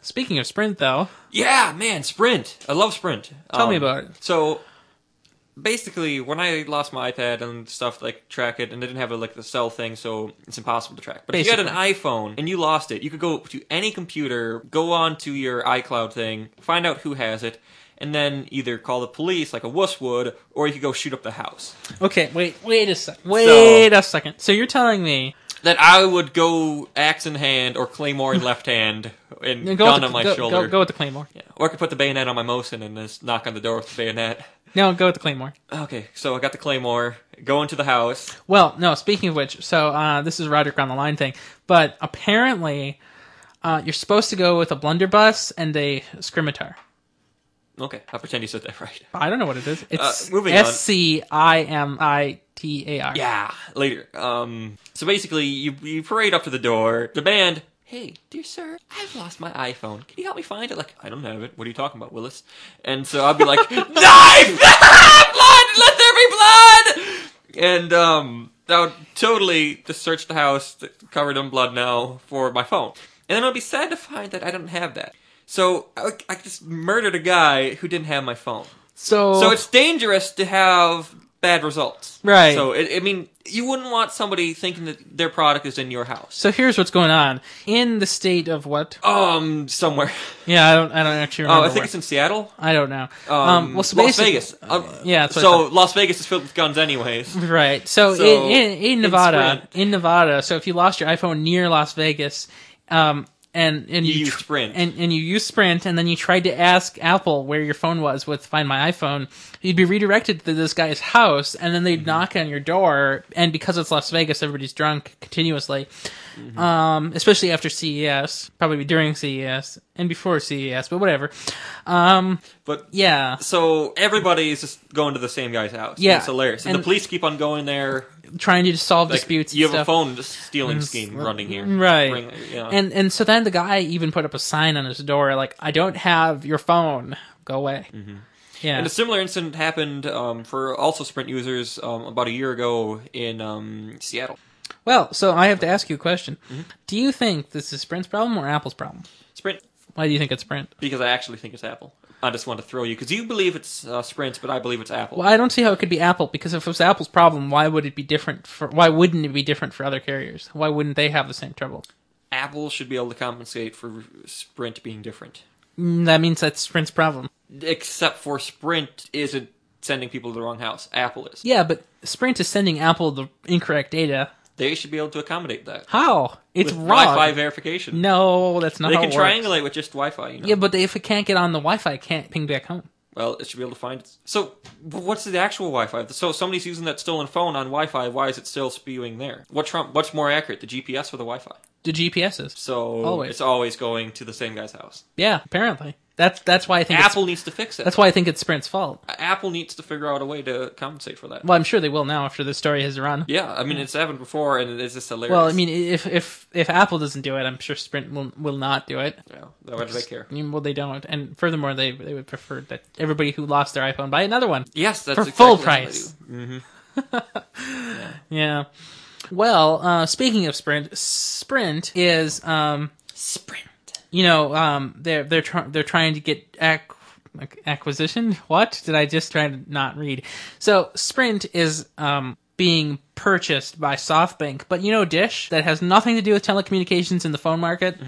S1: Speaking of Sprint, though,
S2: Yeah, man, Sprint. I love Sprint. Um,
S1: Tell me about it.
S2: So basically, when I lost my iPad and stuff, like track it, and they didn't have a, like the cell thing, so it's impossible to track. But if you had an iPhone and you lost it, you could go to any computer, go on to your iCloud thing, find out who has it. And then either call the police like a wuss would, or you could go shoot up the house.
S1: okay, wait, wait a sec, wait a second. So you're telling me
S2: that I would go axe in hand or claymore in left hand and
S1: Go
S2: gun
S1: with the,
S2: on my
S1: go,
S2: shoulder.
S1: Go, go with the claymore.
S2: Yeah. Or I could put the bayonet on my Mosin and just knock on the door with the bayonet.
S1: No, go with the claymore.
S2: Okay, so I got the claymore. Go into the house.
S1: Well, no. Speaking of which, so uh, this is Roderick on the line thing, but apparently uh, you're supposed to go with a blunderbuss and a scimitar.
S2: Okay, I'll pretend you said that right.
S1: I don't know what it is. It's
S2: Uh, moving on.
S1: S C I M I T A R.
S2: Yeah, later. Um, so basically, you, you parade up to the door. The band, hey, dear sir, I've lost my iPhone. Can you help me find it? Like, I don't have it. What are you talking about, Willis? And so I'll be like, knife! blood! Let there be blood! And, um, I would totally just search the house th- covered in blood now for my phone. And then I'll be sad to find that I don't have that. So I, I just murdered a guy who didn't have my phone.
S1: So,
S2: So it's dangerous to have bad results.
S1: Right.
S2: So, it, I mean, you wouldn't want somebody thinking that their product is in your house.
S1: so here's what's going on in the state of what?
S2: Um, somewhere.
S1: Yeah, I don't. I don't actually
S2: Oh,
S1: remember.
S2: I think
S1: where.
S2: it's in Seattle.
S1: I don't know. Um,
S2: Um,
S1: well, so
S2: Las
S1: basically- uh,
S2: Vegas. Um,
S1: yeah, that's what I Mm-hmm.
S2: So Las Vegas is filled with guns, anyways.
S1: Right. So,
S2: So,
S1: in, in, in
S2: in
S1: Nevada,
S2: Sprint.
S1: in, Nevada, so if you lost your iPhone near Las Vegas, um, and and you,
S2: You
S1: tr-
S2: use Sprint.
S1: and and you use Sprint, and then you tried to ask Apple where your phone was with Find My iPhone, you'd be redirected to this guy's house, and then they'd
S2: Mm-hmm.
S1: knock on your door, and because it's Las Vegas, everybody's drunk continuously,
S2: Mm-hmm.
S1: um, especially after CES, probably during CES and before CES, but whatever. Um,
S2: But
S1: yeah,
S2: so everybody is just going to the same guy's house.
S1: Yeah.
S2: it's hilarious. And,
S1: And-
S2: the police keep on going there.
S1: trying to solve
S2: Like,
S1: disputes. and
S2: you have
S1: stuff. Mm-hmm.
S2: a phone stealing scheme running here,
S1: Right.
S2: Ring- yeah.
S1: And and so then the guy even put up a sign on his door like, "I don't have your phone. Go away." Yeah.
S2: Mm-hmm. And a similar incident happened um, for also Sprint users um, about a year ago in um, Seattle.
S1: well, so I have to ask you a question.
S2: Mm-hmm.
S1: Do you think this is Sprint's problem or Apple's problem?
S2: Sprint,
S1: Why do you think it's Sprint?
S2: because I actually think it's Apple. I just want to throw you because you believe it's uh, Sprint, but I believe it's Apple.
S1: Well, I don't see how it could be Apple because if it was Apple's problem, why would it be different for? Why wouldn't it be different for other carriers? Why wouldn't they have the same trouble?
S2: Apple should be able to compensate for Sprint being different,
S1: Mm, That means that's Sprint's problem.
S2: except for Sprint isn't sending people to the wrong house. Apple is.
S1: Yeah, but Sprint is sending Apple the incorrect data.
S2: They should be able to accommodate that.
S1: How? It's
S2: With
S1: wrong.
S2: Wi-Fi verification.
S1: No, that's not
S2: they
S1: how
S2: can
S1: it works.
S2: triangulate with just Wi-Fi. You know?
S1: Yeah, but they, if it can't get on the Wi-Fi, it can't ping back home.
S2: Well, it should be able to find. It. So, wh- what's the actual Wi-Fi? So, if somebody's using that stolen phone on Wi-Fi. Why is it still spewing there? What Trump? What's more accurate, the GPS or the Wi-Fi?
S1: The GPSs.
S2: So
S1: Always.
S2: it's always going to the same guy's house.
S1: Yeah, apparently. That's that's why I think Apple.
S2: Apple needs to fix it.
S1: That's why I think it's Sprint's fault.
S2: Apple needs to figure out a way to compensate for that.
S1: Well, I'm sure they will now after this story has run.
S2: Yeah, I mean it's happened before, and it's just hilarious.
S1: Well, I mean, if if if Apple doesn't do it, I'm sure Sprint will will not do it.
S2: yeah, why do they care?
S1: I mean, well, they don't, and furthermore, they they would prefer that everybody who lost their iPhone buy another one.
S2: Yes, that's
S1: For
S2: exactly
S1: full
S2: what they
S1: price.
S2: do. Mm-hmm.
S1: Yeah. Well, uh, speaking of Sprint, Sprint is um,
S2: Sprint.
S1: you know, um, they're they're trying they're trying to get ac- ac- acquisition. What did I just try to not read? So Sprint is um being purchased by SoftBank, but you know Dish that has nothing to do with telecommunications in the phone market.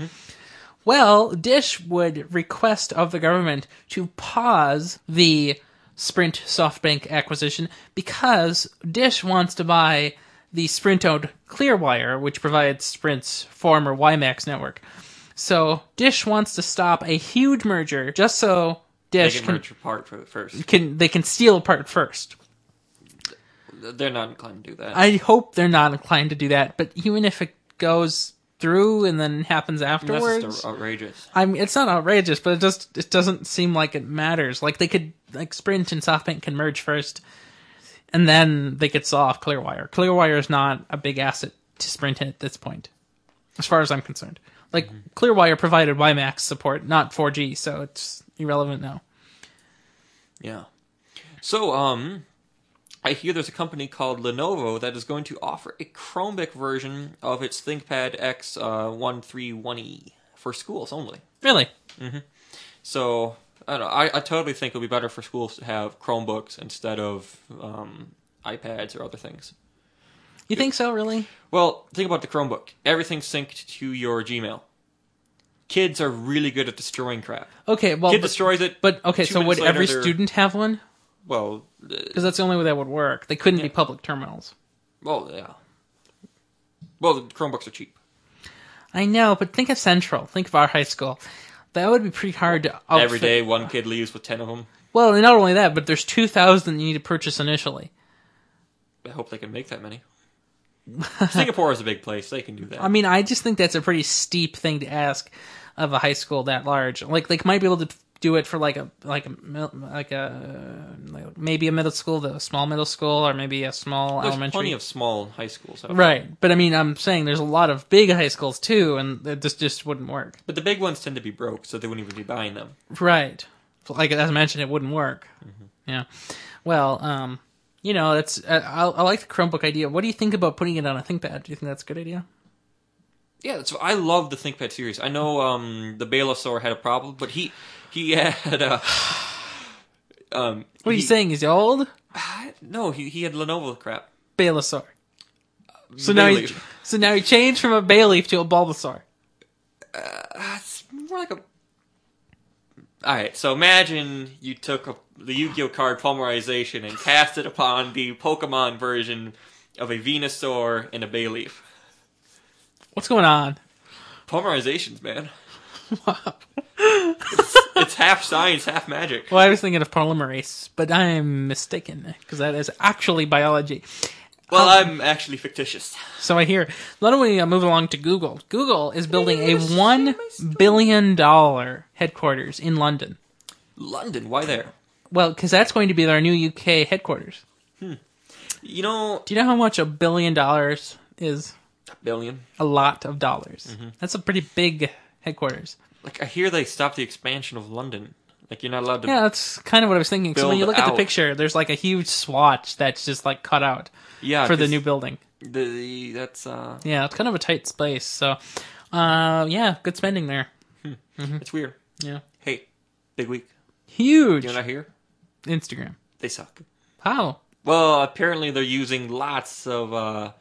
S1: Well, Dish would request of the government to pause the Sprint SoftBank acquisition because Dish wants to buy the Sprint owned Clearwire, which provides Sprint's former YMAX network. So Dish wants to stop a huge merger just so
S2: They
S1: Dish
S2: can
S1: can,
S2: merge apart for first.
S1: can they can steal apart first.
S2: They're not inclined to do that.
S1: I hope they're not inclined to do that, but even if it goes through and then happens
S2: that's
S1: afterwards,
S2: just outrageous.
S1: I mean, it's not outrageous, but it just it doesn't seem like it matters. Like they could like Sprint and SoftBank can merge first, and then they could sell off Clearwire. Clearwire is not a big asset to Sprint at this point, as far as I'm concerned. Like
S2: Mm-hmm.
S1: Clearwire provided WiMAX support, not 4G, so it's irrelevant now.
S2: Yeah. So, um, I hear there's a company called Lenovo that is going to offer a Chromebook version of its ThinkPad X uh, 131E E for schools only.
S1: Really?
S2: So I don't know. I, I totally think it would be better for schools to have Chromebooks instead of um, iPads or other things.
S1: You think so? Really?
S2: Well, think about the Chromebook. Everything's synced to your Gmail. Kids are really good at destroying crap.
S1: Okay. Well,
S2: Kid
S1: Oh, but,
S2: destroys it,
S1: but okay.
S2: two
S1: So would
S2: minutes later
S1: every
S2: they're-
S1: student have one?
S2: Well, uh,
S1: Because that's the only way that would work. They couldn't be public terminals.
S2: well, yeah. Well, the Chromebooks are cheap.
S1: I know, but think of Central. Think of our high school. That would be pretty hard to outfit.
S2: Every day, one kid leaves with ten of them.
S1: Well, and not only that, but there's 2,000 you need to purchase initially.
S2: I hope they can make that many. Singapore is a big place; they can do that.
S1: I mean, I just think that's a pretty steep thing to ask of a high school that large. Like, they might be able to do it for like a like a mil- like a like maybe a middle school, the small middle school, or maybe a small
S2: There's
S1: elementary.
S2: plenty of small high schools. Out there.
S1: right, but I mean, I'm saying there's a lot of big high schools too, and that this just wouldn't work.
S2: But the big ones tend to be broke, so they wouldn't even be buying them.
S1: Right, like as I mentioned, it wouldn't work. Yeah. Well, um, you know, that's I, I, I like the Chromebook idea. What do you think about putting it on a ThinkPad? Do you think that's a good idea?
S2: Yeah, so I love the ThinkPad series. I know um, the Balasaur had a problem, but he he had uh, a. Um,
S1: What are you
S2: he-
S1: saying? Is he old?
S2: No, he he had Lenovo crap.
S1: Balasaur. So now, he,
S2: Bayleaf.
S1: so now he changed from a bay leaf to a Bulbasaur.
S2: It's more like a. All right, so imagine you took a, the Yu-Gi-Oh card polymerization and cast it upon the Pokemon version of a Venusaur and a Bayleaf.
S1: What's going on?
S2: Polymerizations, man. It's, it's half science, half magic.
S1: Well, I was thinking of polymerase, but I'm mistaken because that is actually biology.
S2: Well,
S1: Um,
S2: I'm actually fictitious.
S1: So I hear. Not only uh, move along to Google. Google is building a one billion dollar headquarters in London.
S2: London, why there?
S1: Well, because that's going to be their new UK headquarters.
S2: You know,
S1: Do you know how much a billion dollars is?
S2: billion.
S1: A lot of dollars. That's a pretty big headquarters.
S2: Like I hear they stopped the expansion of London. Like you're not allowed to.
S1: Yeah, that's kind of what I was thinking. So when
S2: Build
S1: you look at the
S2: out.
S1: picture, there's like a huge swatch that's just like cut out
S2: Yeah,
S1: for the
S2: 'cause
S1: new building.
S2: The, the- that's uh,
S1: Yeah, it's kind of a tight space. So, uh, yeah, good spending there. Mm-hmm.
S2: it's weird.
S1: Yeah,
S2: Hey, big week.
S1: huge
S2: You're not here.
S1: Instagram.
S2: They suck.
S1: How?
S2: Well, apparently they're using lots of uh,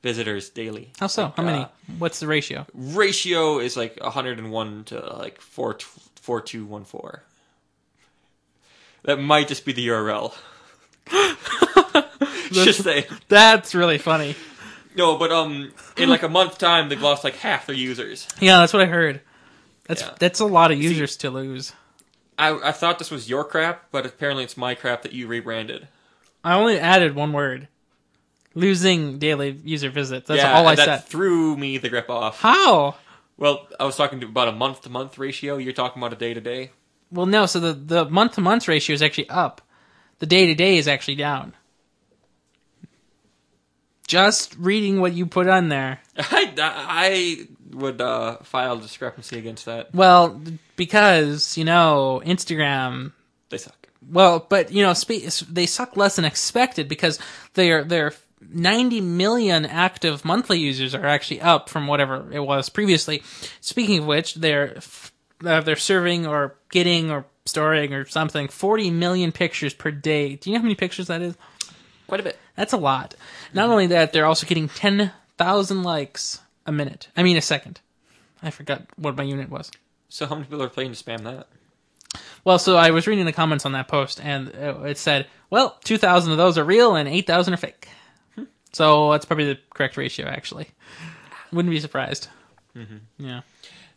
S2: visitors daily.
S1: How so?
S2: Like,
S1: How many?
S2: uh,
S1: What's the ratio?
S2: ratio is like 101 to like 4 4214. That might just be the URL. just say
S1: That's really funny.
S2: no, but um, in like a month time, they've lost like half their users.
S1: Yeah, that's what I heard. That's
S2: Yeah.
S1: that's a lot of users to lose.
S2: I I thought this was your crap, but apparently it's my crap that you rebranded.
S1: I only added one word: losing daily user visits. That's
S2: yeah,
S1: all I
S2: and
S1: said.
S2: that threw me the grip off.
S1: How?
S2: Well, I was talking to about a month to month ratio. You're talking about a day to day.
S1: Well, no. So the the month to month ratio is actually up. The day to day is actually down. Just reading what you put on there.
S2: I, I would uh, file discrepancy against that.
S1: Well, because you know Instagram.
S2: They suck.
S1: Well, but you know spe- they suck less than expected because their their 90 million active monthly users are actually up from whatever it was previously. Speaking of which, they're f- uh, they're serving or getting or storing or something 40 million pictures per day. Do you know how many pictures that is?
S2: Quite a bit.
S1: That's a lot. Not only that, they're also getting 10,000 likes a minute. I mean, a second. I forgot what my unit was.
S2: So how many people are playing to spam that?
S1: Well, so I was reading the comments on that post, and it it said, well, 2,000 of those are real and 8,000 are fake. Hmm. So that's probably the correct ratio, actually. Wouldn't be surprised.
S2: Mm-hmm.
S1: Yeah.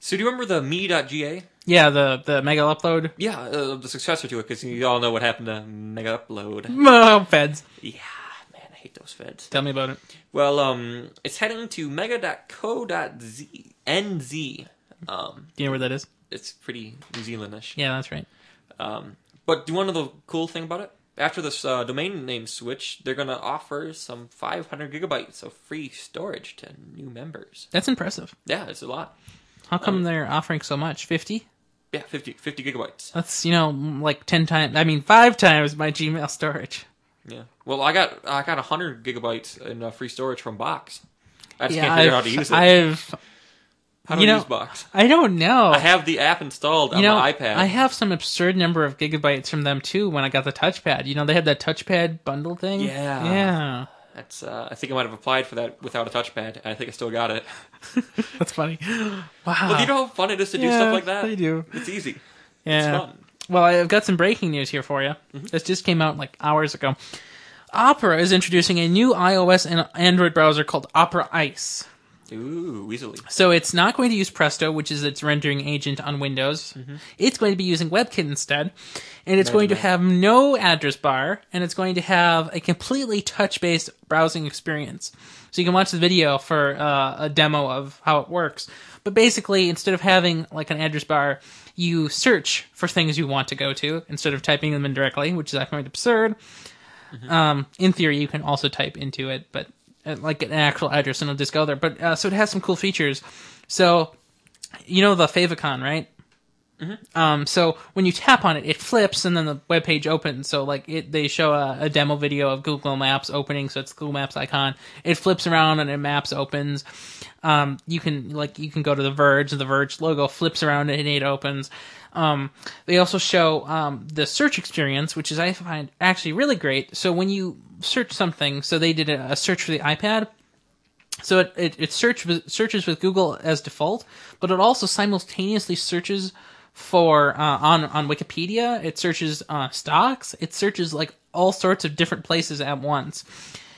S2: So do you remember the me.ga?
S1: Yeah, the, the mega upload.
S2: Yeah, uh, the successor to it, because you all know what happened to Mega Upload.
S1: Oh, feds.
S2: Yeah, man, I hate those feds.
S1: Tell me about it.
S2: Well, um, it's heading to mega.co.nz. Um,
S1: Do you know where that is?
S2: it's pretty New Zealandish.
S1: Yeah, that's right.
S2: Um, but do you want to know the cool thing about it? After this uh, domain name switch, they're going to offer some 500 gigabytes of free storage to new members.
S1: That's impressive.
S2: Yeah, it's a lot.
S1: How
S2: Oh.
S1: come they're offering so much? 50?
S2: Yeah, 50, 50 gigabytes.
S1: That's you know like ten times. I mean five times my Gmail storage.
S2: Yeah. Well, I got I got 100 gigabytes in uh, free storage from Box. I just can't
S1: I've,
S2: figure out how to use it.
S1: I've
S2: how do
S1: you
S2: I
S1: know-
S2: use Box?
S1: I don't know.
S2: I have the app installed
S1: you know,
S2: on my iPad.
S1: I have some absurd number of gigabytes from them too. When I got the touchpad, you know, they had that touchpad bundle thing.
S2: Yeah.
S1: yeah,
S2: That's. Uh, I think I might have applied for that without a touchpad, and I think I still got it.
S1: Ah. that's funny. Wow.
S2: But do you know how fun it is to do
S1: Yeah,
S2: stuff like that?
S1: They do.
S2: It's easy.
S1: Yeah.
S2: It's fun. Mm-hmm.
S1: Well, I've got some breaking news here for you. This just came out like hours ago. Opera is introducing a new iOS and Android browser called Opera Ice.
S2: Ooh, easily.
S1: So it's not going to use Presto, which is its rendering agent on Windows. It's going to be using WebKit instead. And it's going to have no address bar, and it's going to have a completely touch based browsing experience. So you can watch the video for uh, a demo of how it works. But basically, instead of having like an address bar, you search for things you want to go to instead of typing them in directly, which is I find absurd. Um, in theory, you can also type into it, but uh, like an actual address, and it'll just go there. But uh, so it has some cool features. So you know the favicon, right? Um, so when you tap on it, it flips, and then the web page opens. So like it, they show a, a demo video of Google Maps opening. So it's Google Maps icon. It flips around, and it maps opens. Um, you can like you can go to the Verge. The Verge logo flips around, and it opens. Um, they also show um, the search experience, which is I find actually really great. So when you search something, so they did a, a search for the iPad. So it, it, it search, searches with Google as default, but it also simultaneously searches for uh, on on Wikipedia. It searches uh, stocks. It searches like all sorts of different places at once.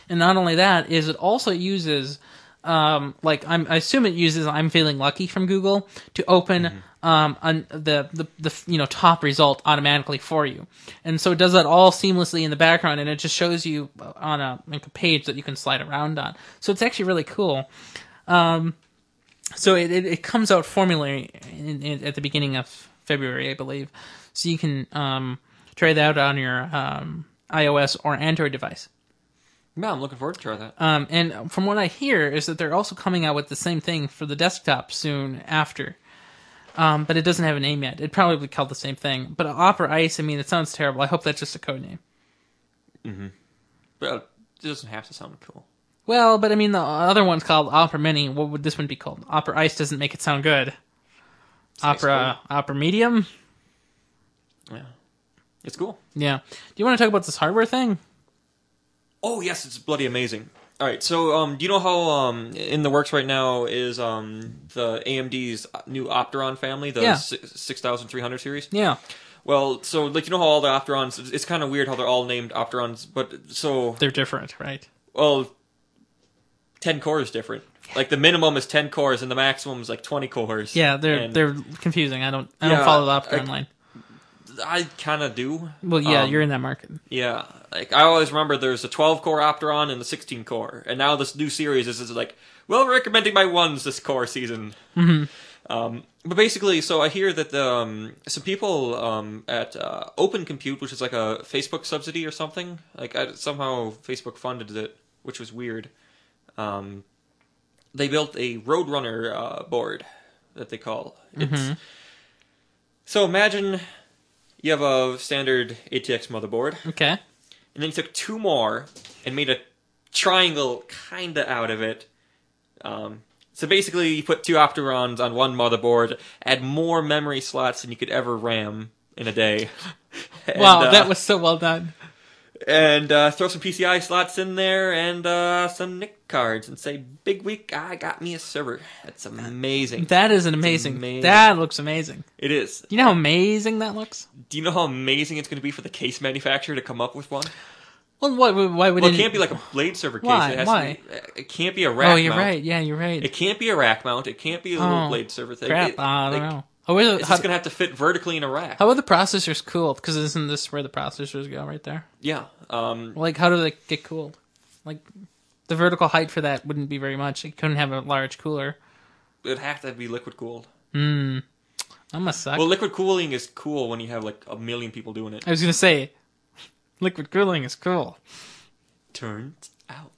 S1: And not only that, is it also uses um, like I'm, I assume it uses "I'm feeling lucky" from Google to open um, on the, the the you know top result automatically for you, and so it does that all seamlessly in the background, and it just shows you on a, like a page that you can slide around on. So it's actually really cool. Um, So it, it, it comes out formulary in, in, at the beginning of February, I believe. So you can um, try that out on your um, iOS or Android device.
S2: Yeah, I'm looking forward to try that.
S1: Um, and from what I hear is that they're also coming out with the same thing for the desktop soon after. Um, but it doesn't have a name yet. It'd probably be called the same thing. But Opera Ice, I mean, it sounds terrible. I hope that's just a code name.
S2: But uh, it doesn't have to sound cool.
S1: Well, but I mean, the other one's called Opera Mini. What would this one be called? Opera Ice doesn't make it sound good. Opera, Opera Medium.
S2: Yeah, it's cool.
S1: Yeah. Do you want to talk about this hardware thing?
S2: Oh yes, it's bloody amazing. All right, so um, do you know how um in the works right now is um the AMD's new Opteron family, the
S1: Yeah.
S2: six thousand three hundred series?
S1: Yeah.
S2: Well, so like you know how all the Opterons, it's, it's kind of weird how they're all named Opterons, but so
S1: They're different, right?
S2: well, ten cores different. Like the minimum is ten cores and the maximum is like twenty cores.
S1: Yeah, they're
S2: And
S1: they're confusing. I don't I don't
S2: Yeah,
S1: follow the Opera
S2: I-
S1: line.
S2: I kind of do.
S1: Well, yeah,
S2: Um,
S1: you're in that market.
S2: Yeah, like I always remember, there's a 12 core Opteron and the 16 core, and now this new series is, is like, well, we're recommending my ones this core season. Um, but basically, so I hear that the, um, some people um, at uh, Open Compute, which is like a Facebook subsidy or something, like I, somehow Facebook funded it, which was weird. Um, they built a Roadrunner uh, board that they call. It's, so imagine you have a standard ATX motherboard,
S1: Okay.
S2: and then he took two more and made a triangle kinda out of it. Um, so basically, you put two Opterons on one motherboard, add more memory slots than you could ever RAM in a day. and,
S1: Wow,
S2: uh,
S1: that was so well done.
S2: and uh, throw some PCI slots in there and uh, some NIC cards, and say, "Big week, I got me a server." That's amazing.
S1: That is an amazing.
S2: amazing.
S1: That looks amazing.
S2: It is.
S1: You know how amazing that looks?
S2: Do you know how amazing it's going to be for the case manufacturer to come up with one?
S1: Well, why, why would
S2: Well,
S1: it
S2: it can't be like a blade server case.
S1: Why?
S2: It, has
S1: Why?
S2: To be, uh, it can't be a rack.
S1: Oh, you're
S2: mount.
S1: right. Yeah, you're right.
S2: It can't be a rack mount. It can't be a little
S1: Oh,
S2: blade server thing.
S1: Crap,
S2: It-
S1: I don't
S2: like,
S1: know. Oh, where's the,
S2: It's
S1: how,
S2: just gonna have to fit vertically in a rack.
S1: how are the processors cooled? Because isn't this where the processors go right there?
S2: yeah. Um.
S1: Like, how do they get cooled? Like, the vertical height for that wouldn't be very much. It couldn't have a large cooler. Hmm.
S2: It'd have to be liquid cooled.
S1: I'm a suck.
S2: Well, liquid cooling is cool when you have like a million people doing it.
S1: I was gonna say, liquid cooling is cool.
S2: Turns out.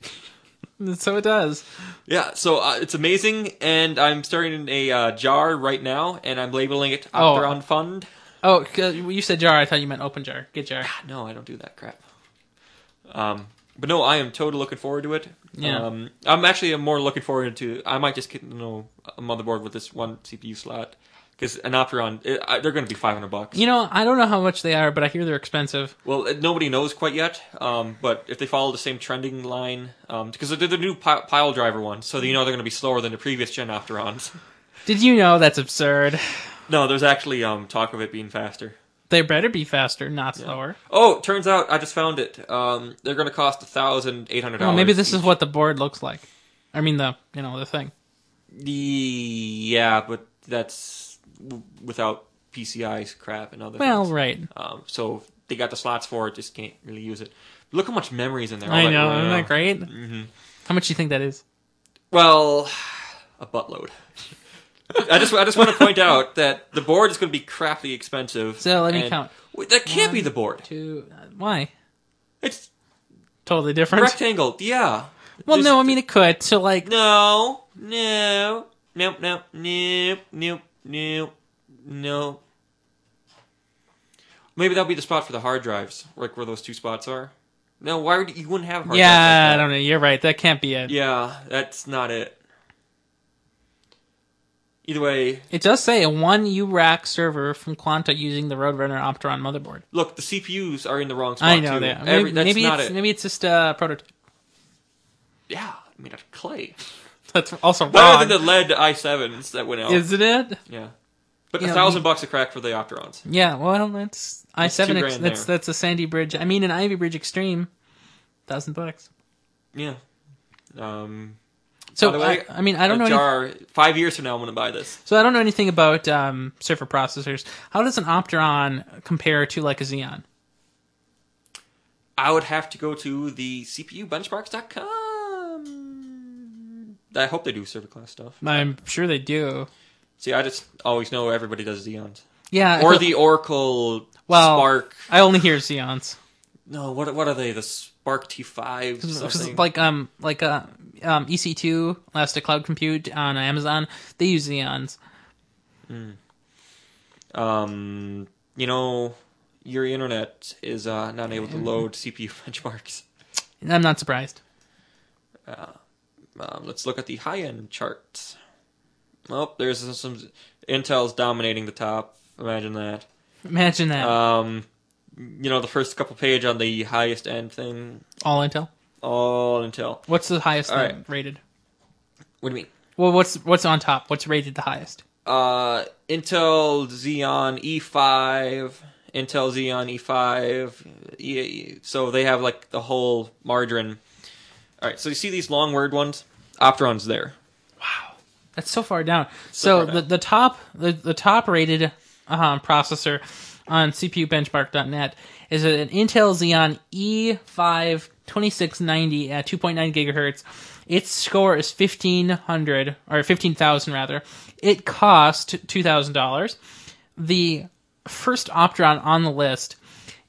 S1: So it does.
S2: Yeah. So uh, it's amazing, and I'm starting a uh, jar right now, and I'm labeling it Opteron Fund.
S1: Oh, 'cause you said jar. I thought you meant open jar. Get jar.
S2: No, I don't do that crap. Um, but no, I am totally looking forward to it.
S1: Yeah.
S2: Um, I'm actually more looking forward to. I might just get you know a motherboard with this one CPU slot because an Opteron it, I, they're going to be 500 bucks.
S1: You know, I don't know how much they are, but I hear they're expensive.
S2: Well, it- nobody knows quite yet. Um, but if they follow the same trending line, um, because they're the new pi- pile driver one, so you know they're going to be slower than the previous gen Opterons.
S1: Did you know that's absurd?
S2: no, there's actually um talk of it being faster.
S1: They better be faster, not slower.
S2: Oh, turns out I just found it. Um, they're going to cost thousand eight hundred
S1: Oh,
S2: dollars.
S1: maybe this is what the board looks like. I mean, the you know the thing.
S2: Yeah, but that's w- without PCI's crap and other
S1: Well,
S2: things.
S1: right.
S2: Um, so they got the slots for it, just can't really use it. Look how much memory's in there.
S1: I
S2: All
S1: know.
S2: wow.
S1: Isn't that great? Mm-hmm. How much do you think that is?
S2: Well, a buttload. I just I just want to point out that the board is going to be crappily expensive.
S1: So let me
S2: and-
S1: count.
S2: Wait, that can't be
S1: One,
S2: the board.
S1: Two. uh, Why?
S2: It's
S1: Totally different.
S2: rectangle. Yeah.
S1: Well,
S2: There's-
S1: no, I mean it could. So like,
S2: No, no, no, no, no, no, no, no. Maybe that'll be the spot for the hard drives, like where those two spots are. No, why would you wouldn't have hard
S1: yeah, I
S2: drives?
S1: don't know. You're right. That can't be it.
S2: Yeah, that's not it. Either way,
S1: It does say a one U rack server from Quanta using the Roadrunner Opteron motherboard.
S2: look, the CPUs are in the wrong spot
S1: I know
S2: too.
S1: that. Maybe,
S2: Every- that's
S1: maybe
S2: not
S1: it's
S2: it.
S1: maybe it's just a prototype.
S2: Yeah, I mean, of clay.
S1: That's also
S2: Better
S1: wrong,
S2: than the lead i7s that went out.
S1: isn't it?
S2: yeah, but
S1: You
S2: a
S1: know,
S2: thousand
S1: you-
S2: bucks a crack for the Opterons.
S1: Yeah. Well, that's i seven.
S2: two
S1: That's
S2: grand
S1: that's,
S2: there.
S1: a Sandy Bridge. I mean, an Ivy Bridge Extreme, thousand bucks.
S2: Yeah. Um,
S1: So
S2: the way,
S1: I, I mean, I don't
S2: a
S1: know. any-
S2: jar. Five years from now, I'm gonna buy this.
S1: so I don't know anything about um, server processors. How does an Opteron compare to like a Xeon?
S2: I would have to go to the CPUbenchmarks.com. I hope they do server class stuff.
S1: I'm sure they do.
S2: See, I just always know everybody does Xeons
S1: Yeah.
S2: or the Oracle
S1: Well-
S2: Spark.
S1: I only hear Xeons.
S2: No, what what are they? The Spark T5 something.
S1: Like um like uh um EC2 Elastic Cloud Compute on Amazon. They use Xeons.
S2: um, you know, your internet is uh, not able to load CPU benchmarks.
S1: I'm not surprised.
S2: Um, let's look at the high end charts. Oh, there's some Intel's dominating the top. Imagine that.
S1: Imagine that.
S2: Um, you know, the first couple page on the highest end thing,
S1: All Intel.
S2: all Intel.
S1: What's the highest
S2: All
S1: thing
S2: right.
S1: rated?
S2: What do you mean?
S1: Well, what's what's on top? What's rated the highest?
S2: Uh, Intel Xeon E5, Intel Xeon E E5. E- E- So they have like the whole margarine. All right, so you see these long word ones? Opteron's there.
S1: That's so far down.
S2: So
S1: So,
S2: far
S1: the
S2: down.
S1: the top the, the top rated um, processor on CPUBenchmark.net is an Intel Xeon E E5 2690 at 2.9 gigahertz. Its score is 1500 or 15,000 rather. It cost $2,000. The first Opteron on the list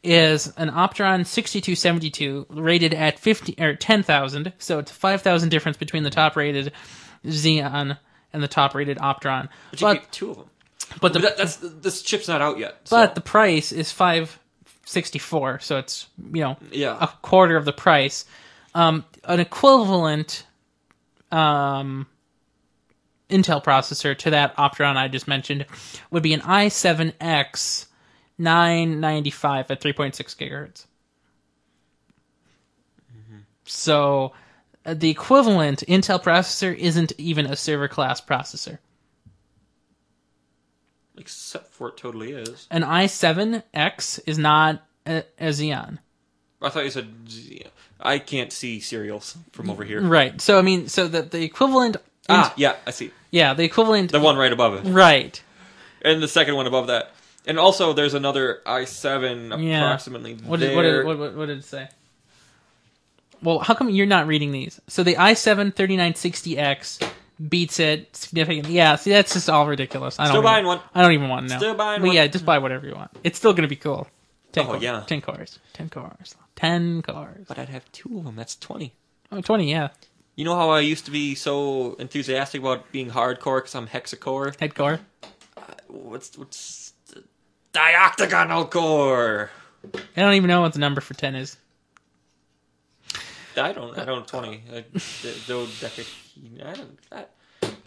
S1: is an Opteron 6272 rated at 50 or 10,000, so it's 5,000 difference between the top rated Xeon and the top rated Opteron.
S2: But you
S1: But
S2: get two of them.
S1: but the
S2: But that, that's this chip's not out yet. so-
S1: but the price is 564, so it's, you know,
S2: yeah.
S1: a quarter of the price. Um, an equivalent um, Intel processor to that Opteron I just mentioned would be an i7X 995 at 3.6 gigahertz. Mm-hmm. So uh, the equivalent Intel processor isn't even a server class processor.
S2: Except for it totally is.
S1: An i7X is not a, a Xeon.
S2: I thought you said Z- I can't see cereals from over here.
S1: Right. So I mean so the, the equivalent
S2: Ah, yeah, I see.
S1: yeah, the equivalent
S2: The one right above it.
S1: Right.
S2: And the second one above that. And also there's another i7
S1: Yeah.
S2: approximately
S1: What
S2: there.
S1: did, what, did, what, what, what did it say? Well, how come you're not reading these? So the i7 3960X beats it significantly. Yeah, see, that's just all ridiculous. I don't
S2: Still
S1: even-
S2: buying one.
S1: I don't even want to know.
S2: Still buying
S1: Well,
S2: one.
S1: Yeah, just buy whatever you want. It's still going to be cool. 10
S2: Oh,
S1: cores.
S2: yeah.
S1: 10 cores. 10 cores. 10 cores.
S2: But I'd have two of them. That's 20.
S1: Oh, 20, yeah.
S2: You know how I used to be so enthusiastic about being hardcore because I'm hexacore?
S1: Head core.
S2: What's. what's the dioctagonal core?
S1: I don't even know what the number for 10 is.
S2: I don't. I don't. Twenty. I, dodecahedron. I don't. I,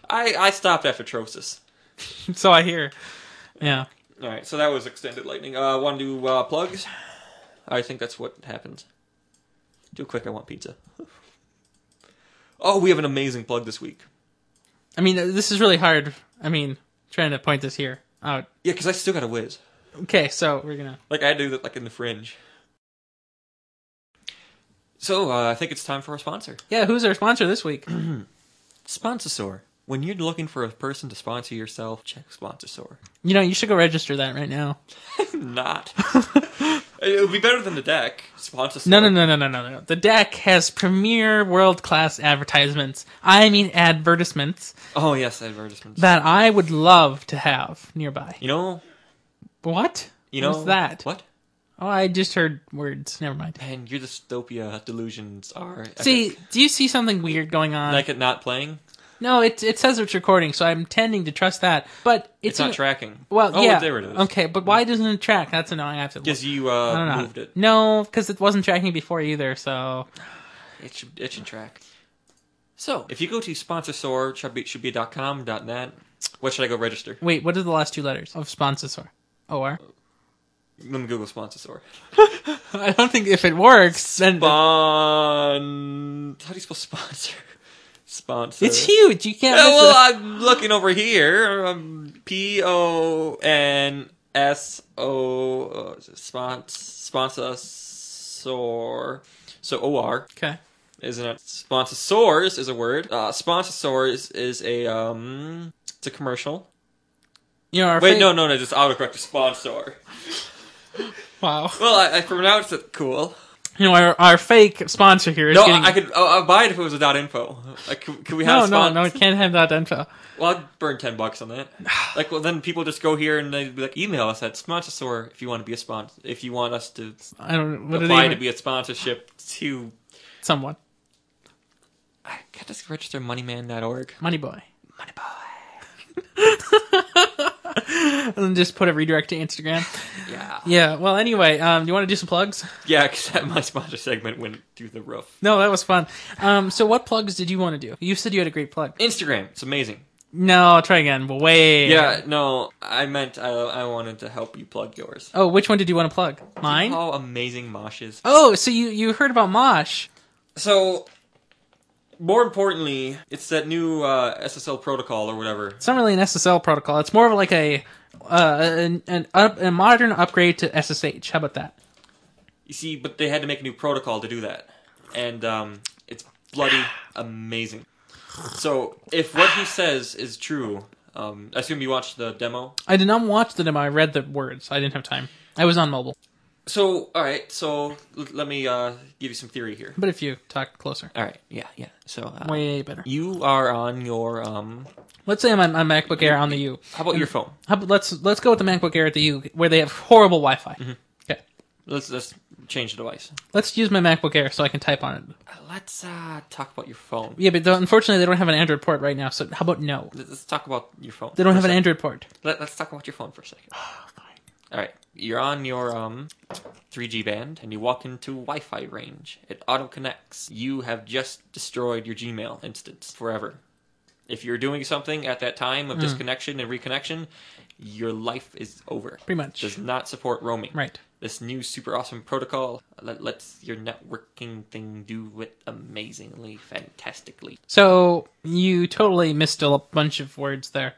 S2: I I stopped after Trosis.
S1: so I hear. Yeah.
S2: All right. So that was extended lightning. Uh, want to do uh, plugs? I think that's what happened. Do it quick. I want pizza. Oh, we have an amazing plug this week.
S1: I mean, this is really hard. I mean, trying to point this here out.
S2: Yeah, because I still got a whiz.
S1: Okay, so we're going to.
S2: Like I do that, like in the fringe. So uh, I think it's time for a sponsor.
S1: Yeah, who's our sponsor this week?
S2: Sponsor. When you're looking for a person to sponsor yourself, check Sponsorsaur.
S1: You know, you should go register that right now.
S2: Not. it would be better than the deck. Sponsorsaur.
S1: No, no, no, no, no, no, no. The deck has premier world class advertisements. I mean, advertisements
S2: Oh yes, advertisements.
S1: that I would love to have nearby.
S2: you know.
S1: What?
S2: You know
S1: What's that?
S2: What?
S1: Oh, I just heard words. Never mind.
S2: Man, your dystopia delusions are. epic.
S1: See, do you see something weird going on?
S2: like it not playing.
S1: no, it it says it's recording, so I'm tending to trust that. But it's,
S2: It's, not
S1: an-
S2: tracking.
S1: Well,
S2: oh,
S1: yeah.
S2: there it is.
S1: Okay, but why doesn't it track? That's annoying. I have to.
S2: Because
S1: Look.
S2: you
S1: I don't
S2: uh,
S1: know.
S2: moved it.
S1: No, because it wasn't tracking before either. So
S2: It should, it should track. So, if you go to sponsorsor, should be, should be dot .com, dot .net, what should I go register?
S1: wait, what are the last two letters of sponsor? Or
S2: Let me Google sponsorsor.
S1: I don't think if it works, then
S2: Spon... How do you spell sponsor? Sponsor.
S1: it's huge. You can't.
S2: Yeah,
S1: miss it.
S2: well, uh, I'm looking over here. Um, P O N S O uh, spons sponsor. So O R.
S1: Okay.
S2: isn't it? Sponsors is a word. Uh, sponsors is a um, it's a commercial.
S1: You know, our
S2: Wait,
S1: fa-
S2: no, no, no, just autocorrect to sponsor.
S1: Wow.
S2: Well, I, I pronounced it cool.
S1: You know, our, our fake sponsor here is
S2: No,
S1: getting.
S2: I could. Oh, I'll buy it if it was without info. Like, can, can we
S1: no,
S2: have
S1: no,
S2: spon-
S1: no, it can't have that info.
S2: Well, I'd burn ten bucks on that. Like, well, then people just go here and they be like, email us at sponsor if you want to be a sponsor. If you want us to
S1: I don't. What are they?
S2: apply to
S1: Even-
S2: be a sponsorship to,
S1: Someone.
S2: I got to register moneyman.org.
S1: Money boy. Money boy. and then just put a redirect to Instagram.
S2: Yeah,
S1: Yeah. Well, anyway, um, do you want to do some plugs?
S2: yeah, because my sponsor segment went through the roof.
S1: No, that was fun. Um, so what plugs did you want to do? You said you had a great plug.
S2: Instagram, it's amazing.
S1: No, try again. But wait.
S2: Yeah, no, I meant I, I wanted to help you plug yours.
S1: Oh, which one did you want to plug? Mine.
S2: How amazing Mosh is.
S1: Oh, so you you heard about Mosh?
S2: So, more importantly, it's that new uh, SSL protocol or whatever.
S1: It's not really an SSL protocol. It's more of like a uh, an, an up, a modern upgrade to SSH. How about that?
S2: You see, but they had to make a new protocol to do that. And um, it's bloody amazing. So, if what he says is true, um, I assume you watched the demo?
S1: I did not watch the demo. I read the words. I didn't have time. I was on mobile.
S2: So, alright, so l- let me uh, give you some theory here.
S1: But if you talk closer,
S2: Alright, yeah, yeah. So, uh,
S1: way better.
S2: you are on your, um,
S1: Let's say I'm on my MacBook Air on the U.
S2: how about your phone?
S1: How about, let's let's go with the MacBook Air at the U, where they have horrible Wi-Fi. Okay,
S2: Let's, let's change the device.
S1: let's use my MacBook Air so I can type on it.
S2: Let's uh, talk about your phone.
S1: Yeah, but though, unfortunately they don't have an Android port right now. So how about no?
S2: Let- Let's talk about your phone.
S1: They don't Oh, have an
S2: Android.
S1: Android port.
S2: Let, let's talk about your phone for a second. All right, you're on your um, 3G band, and you walk into Wi-Fi range. It auto connects. You have just destroyed your Gmail instance forever. If you're doing something at that time of
S1: Hmm.
S2: disconnection and reconnection, your life is over.
S1: Pretty much.
S2: Does not support roaming.
S1: Right.
S2: This new super awesome protocol that lets your networking thing do it amazingly, fantastically.
S1: So you totally missed a bunch of words there.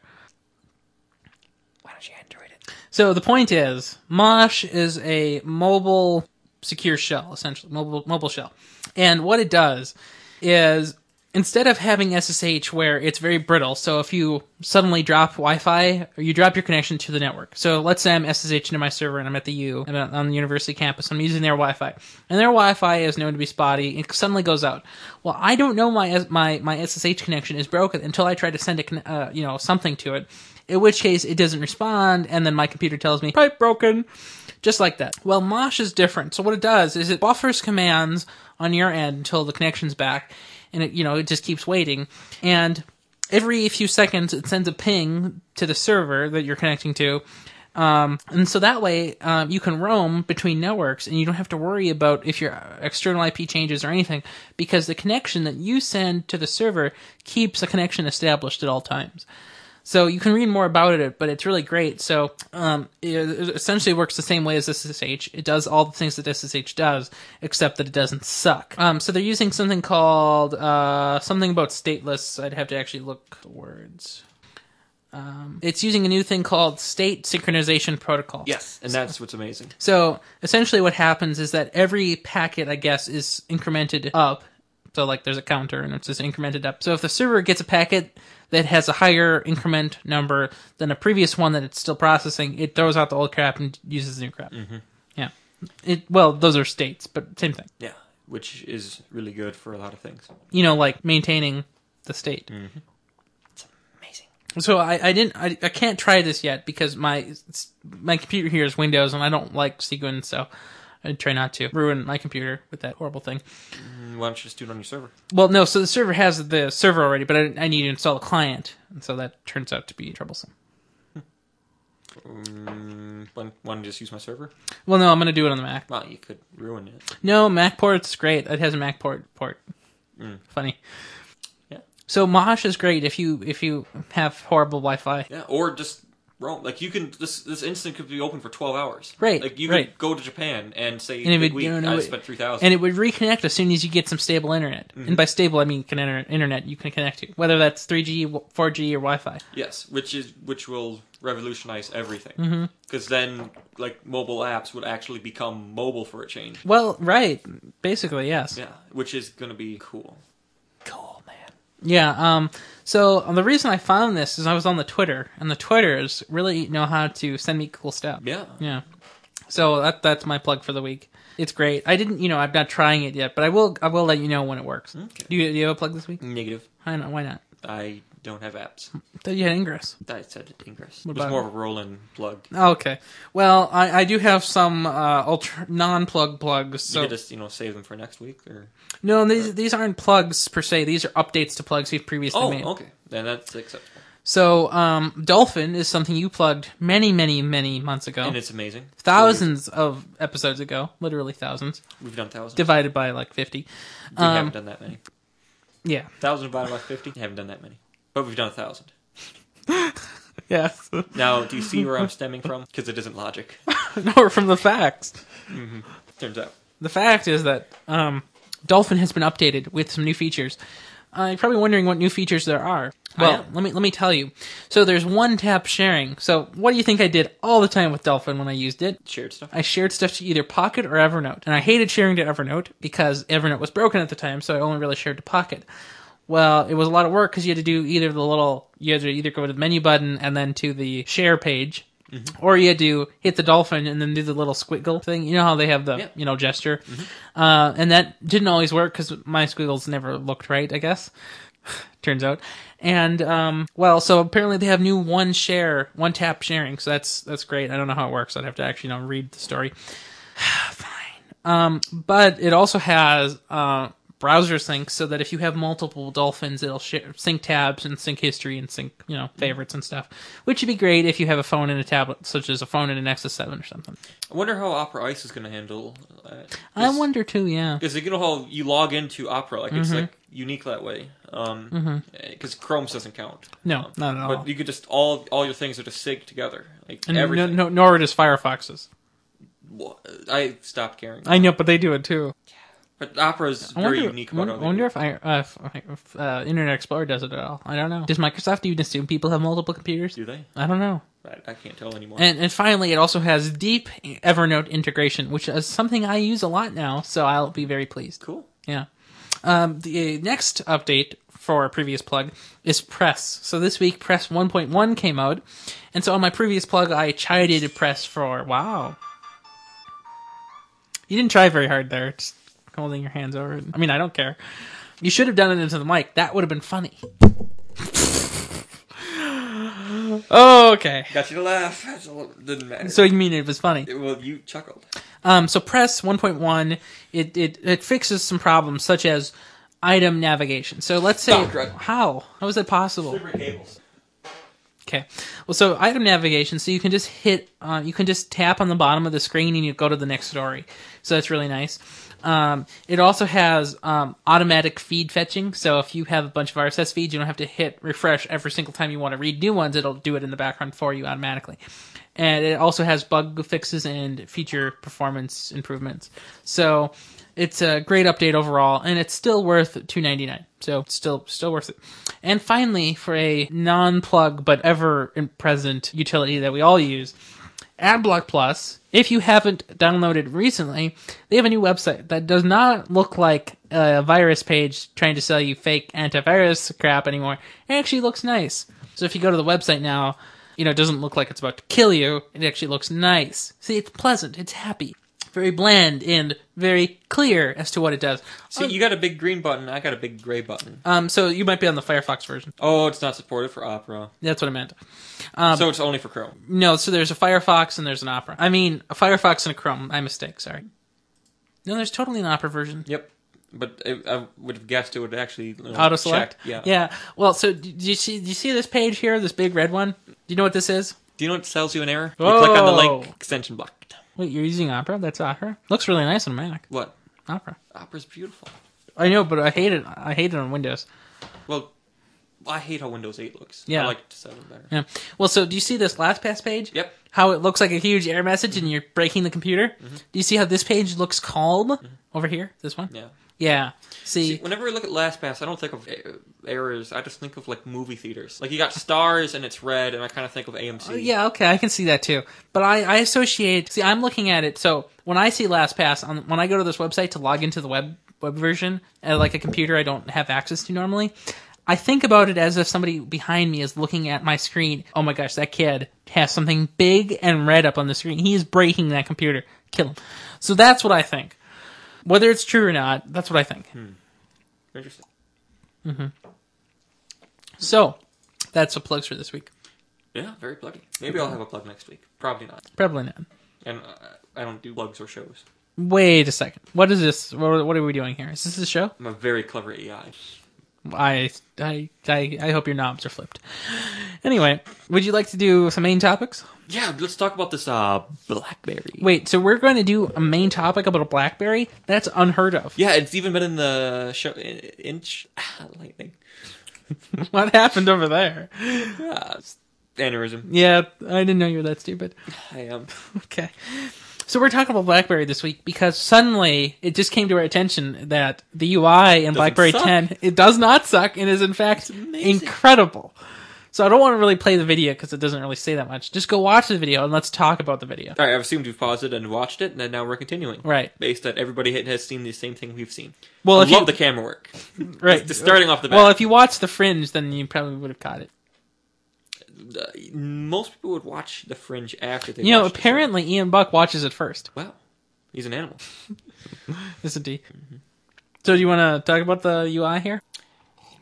S2: Why don't you Android it?
S1: So the point is, Mosh is a mobile secure shell, essentially mobile mobile shell, and what it does is instead of having SSH where it's very brittle, so if you suddenly drop Wi-Fi or you drop your connection to the network, so let's say I'm SSH into my server and I'm at the U, I'm on the university campus, I'm using their Wi-Fi, and their Wi-Fi is known to be spotty, it suddenly goes out. Well, I don't know my my my SSH connection is broken until I try to send a conne- uh, you know something to it. In which case, it doesn't respond, and then my computer tells me, pipe broken, just like that. Well, Mosh is different. So what it does is it buffers commands on your end until the connection's back, and it, you know, it just keeps waiting. And every few seconds, it sends a ping to the server that you're connecting to. Um, and so that way, um, you can roam between networks and you don't have to worry about if your external IP changes or anything because the connection that you send to the server keeps a connection established at all times. So you can read more about it, but it's really great. So um, it it essentially works the same way as SSH. It does all the things that SSH does, except that it doesn't suck. Um, so they're using something called uh, something about stateless. I'd have to actually look the words. Um, it's using a new thing called state synchronization protocol.
S2: Yes, and that's what's amazing.
S1: So essentially, what happens is that every packet, I guess, is incremented up So like there's a counter and it's just incremented up. So if the server gets a packet that has a higher increment number than a previous one that it's still processing, it throws out the old crap and uses the new crap. Yeah. It well, those are states, but same thing.
S2: Yeah, which is really good for a lot of things.
S1: You know, like maintaining the state.
S2: Amazing.
S1: So I, I didn't I, I can't try this yet because my my computer here is Windows and I don't like Sequin, so I try not to ruin my computer with that horrible thing.
S2: Mm, Why don't you just do it on your server?
S1: Well, no, so the server has the server already, but I, I need to install a client, and so that turns out to be troublesome.
S2: Mm, why why don't you just use my server?
S1: Well, no, I'm going to do it on the Mac.
S2: Well, you could ruin it.
S1: No, Mac port's great. It has a Mac port port. Funny.
S2: Mm. Yeah.
S1: So Mosh is great if you if you have horrible Wi-Fi.
S2: Yeah, or just roam. Like you can this this instant could be open for twelve hours.
S1: Right,
S2: Like you
S1: right.
S2: could go to Japan and say
S1: And it
S2: "Big
S1: would-
S2: week,
S1: you know,
S2: I
S1: it-
S2: spent three thousand.
S1: And it would reconnect as soon as you get some stable internet.
S2: Mm-hmm.
S1: And by stable, I mean can enter, internet you can connect to, whether that's 3G, w- 4G, or Wi-Fi.
S2: Yes, which is which will revolutionize everything.
S1: Mm-hmm.
S2: Because then, like mobile apps would actually become mobile for a change.
S1: Well, right, basically, yes.
S2: Yeah, which is gonna be cool.
S1: Cool, man. Yeah. Um. So um, the reason I found this is I was on the Twitter, and the Twitters really know how to send me cool stuff.
S2: Yeah,
S1: Yeah. So that that's my plug for the week. It's great. I didn't, you know, I'm not trying it yet, but I will. I will let you know when it works.
S2: Okay.
S1: Do you, do you have a plug this week?
S2: negative.
S1: Why not? Why not?
S2: I don't have apps.
S1: I thought you had Ingress.
S2: I said Ingress.
S1: What
S2: it was
S1: about-
S2: more of a Roland plug.
S1: Okay. Well, I, I do have some uh, ultra, non-plug plugs.
S2: you
S1: So
S2: could just you know save them for next week or.
S1: no, these these aren't plugs per se. These are updates to plugs we've previously
S2: Oh,
S1: made.
S2: okay. Then that's acceptable,
S1: So um, Dolphin is something you plugged many, many, many months ago.
S2: and it's amazing.
S1: thousands of episodes ago, literally thousands,
S2: So We've done thousands.
S1: divided by like 50.
S2: we
S1: Um,
S2: haven't done that many.
S1: yeah.
S2: Thousand divided by fifty. haven't done that many, but we've done a thousand.
S1: Yes.
S2: Now, do you see where I'm stemming from? Because it isn't logic.
S1: no, we're from the facts.
S2: Turns out.
S1: The fact is that um, Dolphin has been updated with some new features. Uh, you're probably wondering what new features there are.
S2: I
S1: Well,
S2: am.
S1: let me let me tell you. So there's one tap sharing. So what do you think I did all the time with Dolphin when I used it?
S2: Shared stuff.
S1: I shared stuff to either Pocket or Evernote, and I hated sharing to Evernote because Evernote was broken at the time, so I only really shared to Pocket. Well, it was a lot of work because you had to do either the little, you had to either go to the menu button and then to the share page, or you had to hit the dolphin and then do the little squiggle thing. You know how they have the,
S2: Yeah.
S1: you know, gesture, uh, and that didn't always work because my squiggles never looked right. I guess turns out. And um, well, so apparently they have new one share, one tap sharing. So that's that's great. I don't know how it works. I'd have to actually you know, read the story. Fine. Um, but it also has uh, browser sync, so that if you have multiple dolphins, it'll share, sync tabs and sync history and sync you know favorites and stuff, which would be great if you have a phone and a tablet, such as a phone and a Nexus Seven or something.
S2: I wonder how Opera Ice is going to handle uh, that.
S1: I wonder too. Yeah.
S2: Because you know how you log into Opera, like
S1: Mm-hmm.
S2: it's like unique that way. Um, because Chrome's doesn't count.
S1: No,
S2: Um,
S1: not at all.
S2: But you could just all all your things are just synced together, like
S1: Oh. And no,
S2: everything.
S1: no, nor does Firefox's.
S2: Wha- I stopped caring.
S1: I know, but they do it too.
S2: But Opera's
S1: Uh, I
S2: very
S1: wonder,
S2: unique
S1: I
S2: about
S1: wonder-
S2: all
S1: I
S2: they
S1: wonder
S2: do.
S1: if, I, uh, if, if uh, Internet Explorer does it at all. I don't know. Does Microsoft even assume people have multiple computers?
S2: Do they?
S1: I don't know.
S2: I, I can't tell anymore.
S1: And and finally, it also has deep Evernote integration, which is something I use a lot now. So I'll be very pleased.
S2: cool.
S1: Yeah. Um, the next update for a previous plug is Press. So this week, Press 1.1 came out, and so on my previous plug, I chided Press for wow. You didn't try very hard there, just holding your hands over. it. I mean, I don't care. You should have done it into the mic. That would have been funny. okay.
S2: Got you to laugh. That's all. Didn't matter.
S1: So you mean it was funny?
S2: well, you chuckled.
S1: Um, so press 1.1, it, it, it fixes some problems such as item navigation. So let's say,
S2: Doctor, I-
S1: how? How is that possible?
S2: cables.
S1: Okay. Well, so item navigation. So you can just hit, uh, you can just tap on the bottom of the screen and you go to the next story. So that's really nice. Um, it also has um, automatic feed fetching. So if you have a bunch of RSS feeds, you don't have to hit refresh every single time you want to read new ones. It'll do it in the background for you automatically. And it also has bug fixes and feature performance improvements. So it's a great update overall, and it's still worth two ninety nine. So it's still still worth it. And finally, for a non plug but ever in present utility that we all use, AdBlock Plus If you haven't downloaded recently, they have a new website that does not look like a virus page trying to sell you fake antivirus crap anymore. It actually looks nice. So if you go to the website now, you know, it doesn't look like it's about to kill you. It actually looks nice. See, it's pleasant. It's happy. Very bland and very clear as to what it does.
S2: See, you got a big green button. I got a big gray button.
S1: Um, so you might be on the Firefox version.
S2: Oh, it's not supported for Opera,
S1: That's what I meant. Um,
S2: so it's only for Chrome.
S1: No, so there's a Firefox and there's an Opera. I mean, a Firefox and a Chrome. I mistake, sorry. No, there's totally an Opera version.
S2: Yep. But I, I would have guessed it would actually you know,
S1: Auto select.
S2: check. Yeah.
S1: Yeah. Well, so do do you see? Do you see this page here? This big red one. Do you know what this is?
S2: Do you know it sells you an error? You click on the link
S1: Whoa.
S2: extension blocked.
S1: Wait, you're using Opera? That's Opera. Looks really nice on Mac.
S2: What?
S1: Opera.
S2: Opera's beautiful.
S1: I know, but I hate it. I hate it on Windows.
S2: Well, I hate how Windows 8 looks.
S1: Yeah.
S2: I like 7 better.
S1: Yeah. Well, so do you see this LastPass page?
S2: Yep.
S1: How it looks like a huge error message and you're breaking the computer.
S2: Mm-hmm.
S1: Do you see how this page looks calm over here? This one.
S2: Yeah.
S1: Yeah.
S2: See,
S1: See.
S2: whenever I look at LastPass, I don't think of er- errors. I just think of like movie theaters. Like you got stars and it's red, and I kind of think of AMC.
S1: Uh, Yeah, okay, I can see that too. But I, I associate. See, I'm looking at it. So when I see LastPass, on when I go to this website to log into the web web version, uh, like a computer I don't have access to normally, I think about it as if somebody behind me is looking at my screen. Oh my gosh, that kid has something big and red up on the screen. He is breaking that computer. Kill him. So that's what I think. Whether it's true or not, that's what I think.
S2: Interesting.
S1: So that's the plugs for this week.
S2: Yeah, very pluggy. Maybe I'll have a plug next week. Probably not.
S1: Probably not.
S2: And uh, I don't do plugs or shows.
S1: Wait a second. What is this? What what are we doing here? Is this a show?
S2: I'm a very clever AI.
S1: I, I, I, I hope your knobs are flipped. Anyway, would you like to do some main topics?
S2: Yeah, let's talk about this uh BlackBerry.
S1: Wait, so we're going to do a main topic about a BlackBerry? That's unheard of.
S2: Yeah, it's even been in the show in, inch ah, lightning
S1: What happened over there?
S2: ah, s- aneurysm.
S1: Yeah, I didn't know you were that stupid.
S2: I um, am.
S1: Okay. So we're talking about BlackBerry this week because suddenly it just came to our attention that the UI in BlackBerry
S2: suck.
S1: 10 it does not suck and is in fact
S2: amazing.
S1: incredible. So I don't want to really play the video because it doesn't really say that much. Just go watch the video and let's talk about the video.
S2: All right, I've assumed you've paused it and watched it, and then now we're continuing.
S1: Right.
S2: Based that everybody ha- has seen the same thing we've seen.
S1: Well,
S2: I
S1: if you-
S2: love the camera work.
S1: Right.
S2: Just starting off the bat.
S1: Well, if you watched The Fringe, then you probably would have caught it.
S2: Uh, most people would watch The Fringe after they.
S1: You know,
S2: watch The Fringe.
S1: apparently Ian Buck watches it first.
S2: Wow, he's an animal.
S1: Isn't he?
S2: Mm-hmm.
S1: So do you want to talk about the UI here?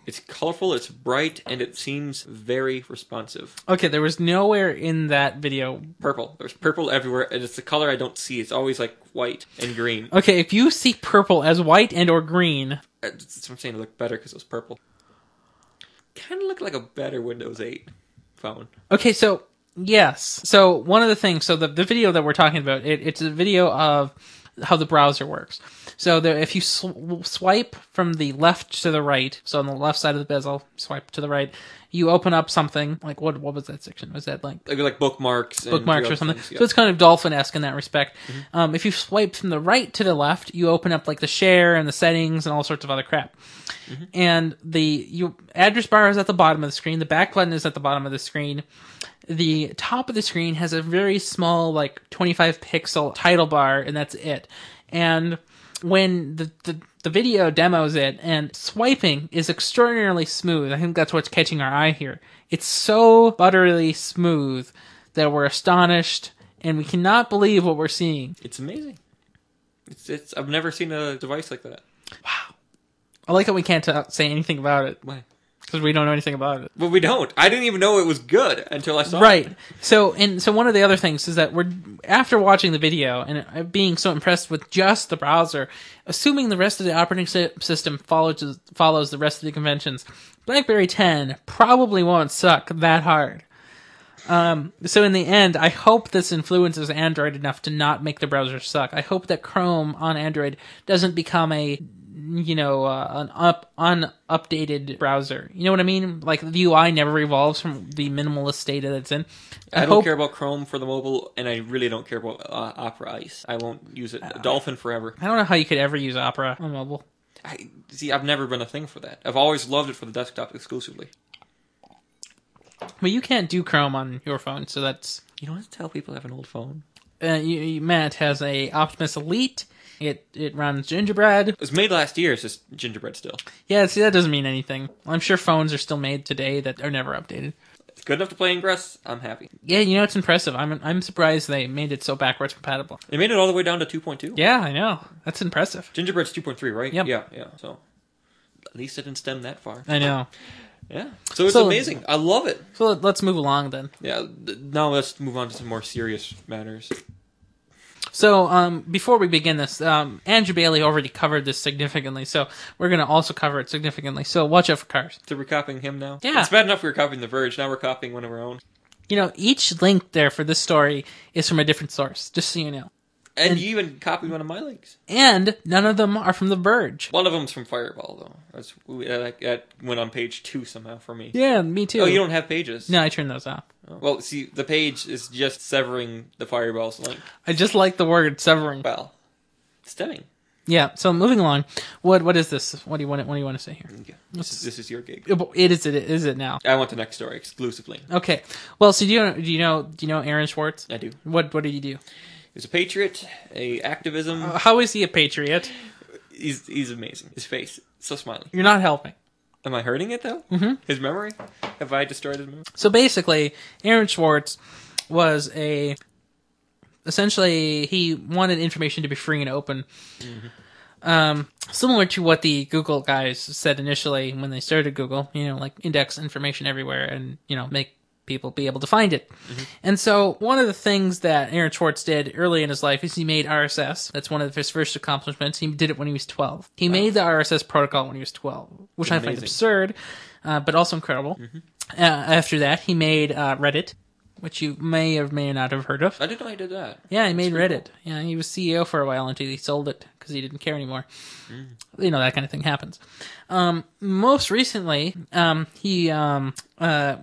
S2: It's colorful, it's bright, and it seems very responsive.
S1: Okay, there was nowhere in that video.
S2: Purple. There's purple everywhere, and it's the color I don't see. It's always like white and green.
S1: Okay, if you see purple as white and or green,
S2: Uh, That's what I'm saying. It looked better because it was purple. Kind of looked like a better Windows 8 phone.
S1: Okay, so yes. So one of the things, so the, the video that we're talking about, it, it's a video of how the browser works. So there, if you sw- swipe from the left to the right, so on the left side of the bezel, swipe to the right, you open up something like what what was that section? Was that like
S2: Like, like bookmarks. And
S1: bookmarks
S2: other
S1: or something.
S2: things, yeah. Mm-hmm.
S1: So it's kind of dolphin esque in that respect. Um, if you swipe from the right to the left, you open up like the share and the settings and all sorts of other crap.
S2: Mm-hmm.
S1: And the you address bar is at the bottom of the screen. The back button is at the bottom of the screen. The top of the screen has a very small, like 25 pixel title bar, and that's it. And when the, the the video demos it and swiping is extraordinarily smooth. I think that's what's catching our eye here. It's so butterily smooth that we're astonished and we cannot believe what we're seeing.
S2: It's amazing. It's, it's I've never seen a device like that.
S1: I like that we can't uh say anything about it
S2: Why?
S1: because we don't know anything about it.
S2: Well, we don't. I didn't even know it was good until I saw it.
S1: Right. So and so one of the other things is that we're after watching the video and being so impressed with just the browser, assuming the rest of the operating sy- system follows follows the rest of the conventions, BlackBerry 10 probably won't suck that hard. So in the end, I hope this influences Android enough to not make the browser suck. I hope that Chrome on Android doesn't become a you know uh, an up unupdated browser. You know what I mean? Like the UI never evolves from the minimalist data that's in.
S2: I, don't
S1: hope,
S2: care about Chrome for the mobile, and I really don't care about uh, Opera Ice. I won't use
S1: Uh,
S2: it. Dolphin forever.
S1: I don't know how you could ever use Opera on mobile.
S2: I, see, I've never been a thing for that. I've always loved it for the desktop exclusively.
S1: But you can't do Chrome on your phone, so that's
S2: You don't have to tell people I have an old phone.
S1: uh, you, you- Matt has a Optimus Elite. It it runs gingerbread.
S2: It was made last year. It's just gingerbread still.
S1: Yeah, see that doesn't mean anything. I'm sure phones are still made today that are never updated.
S2: It's good enough to play Ingress. I'm happy.
S1: Yeah, you know it's impressive. I'm I'm surprised they made it so backwards compatible.
S2: They made it all the way down to 2.2.
S1: Yeah, I know. That's impressive.
S2: Gingerbread's 2.3, right?
S1: Yep.
S2: Yeah, yeah. So at least it didn't stem that far.
S1: I know.
S2: Yeah. So it's
S1: So-
S2: amazing. I love it.
S1: So let- let's move along then.
S2: Yeah. th- Now let's move on to some more serious matters.
S1: So, um, before we begin this, um, Andrew Bailey already covered this significantly, so we're going to also cover it significantly. So, watch out for cars.
S2: So we're copying him now.
S1: Yeah.
S2: It's bad enough we were copying The Verge. Now we're copying one of our own.
S1: You know, each link there for this story is from a different source, just so you know.
S2: And, you even copied one of my links.
S1: And none of them are from The Verge.
S2: One of them's from Fireball though. That's uh, that, that went on page two somehow for me.
S1: Yeah, me too.
S2: Oh, you don't have pages.
S1: No, I turned those off.
S2: Oh. Well, see, the page is just severing the Fireball's link.
S1: I just like the word severing.
S2: Well, stemming.
S1: Yeah. So moving along, what what is this? What do you want? What do you want to say here?
S2: Yeah. This is, this is your gig.
S1: It is it is it now?
S2: I want the next story exclusively.
S1: Okay. Well, so do you do you know do you know Aaron Schwartz?
S2: I do.
S1: What what did he do?
S2: He's a patriot, a activism.
S1: How is he a patriot?
S2: he's he's amazing. His face, so smiling.
S1: You're not helping.
S2: Am I hurting it though? Mm-hmm. His memory? Have I destroyed his memory?
S1: So basically, Aaron Schwartz was a essentially he wanted information to be free and open. Um, similar to what the Google guys said initially when they started Google, you know, like index information everywhere and, you know, make people be able to find it. And so one of the things that Aaron Schwartz did early in his life is he made RSS. That's one of his first accomplishments. He did it when he was 12. He made the RSS protocol when he was 12, which I find
S2: Amazing.
S1: absurd, uh, but also incredible. Uh, after that, he made uh, Reddit, which you may or may not have heard of.
S2: I didn't know I did that.
S1: Yeah, he made Reddit. Yeah, he was CEO for a while until he sold it because he didn't care anymore. You know that kind of thing happens. Um, most recently, um, he um, uh,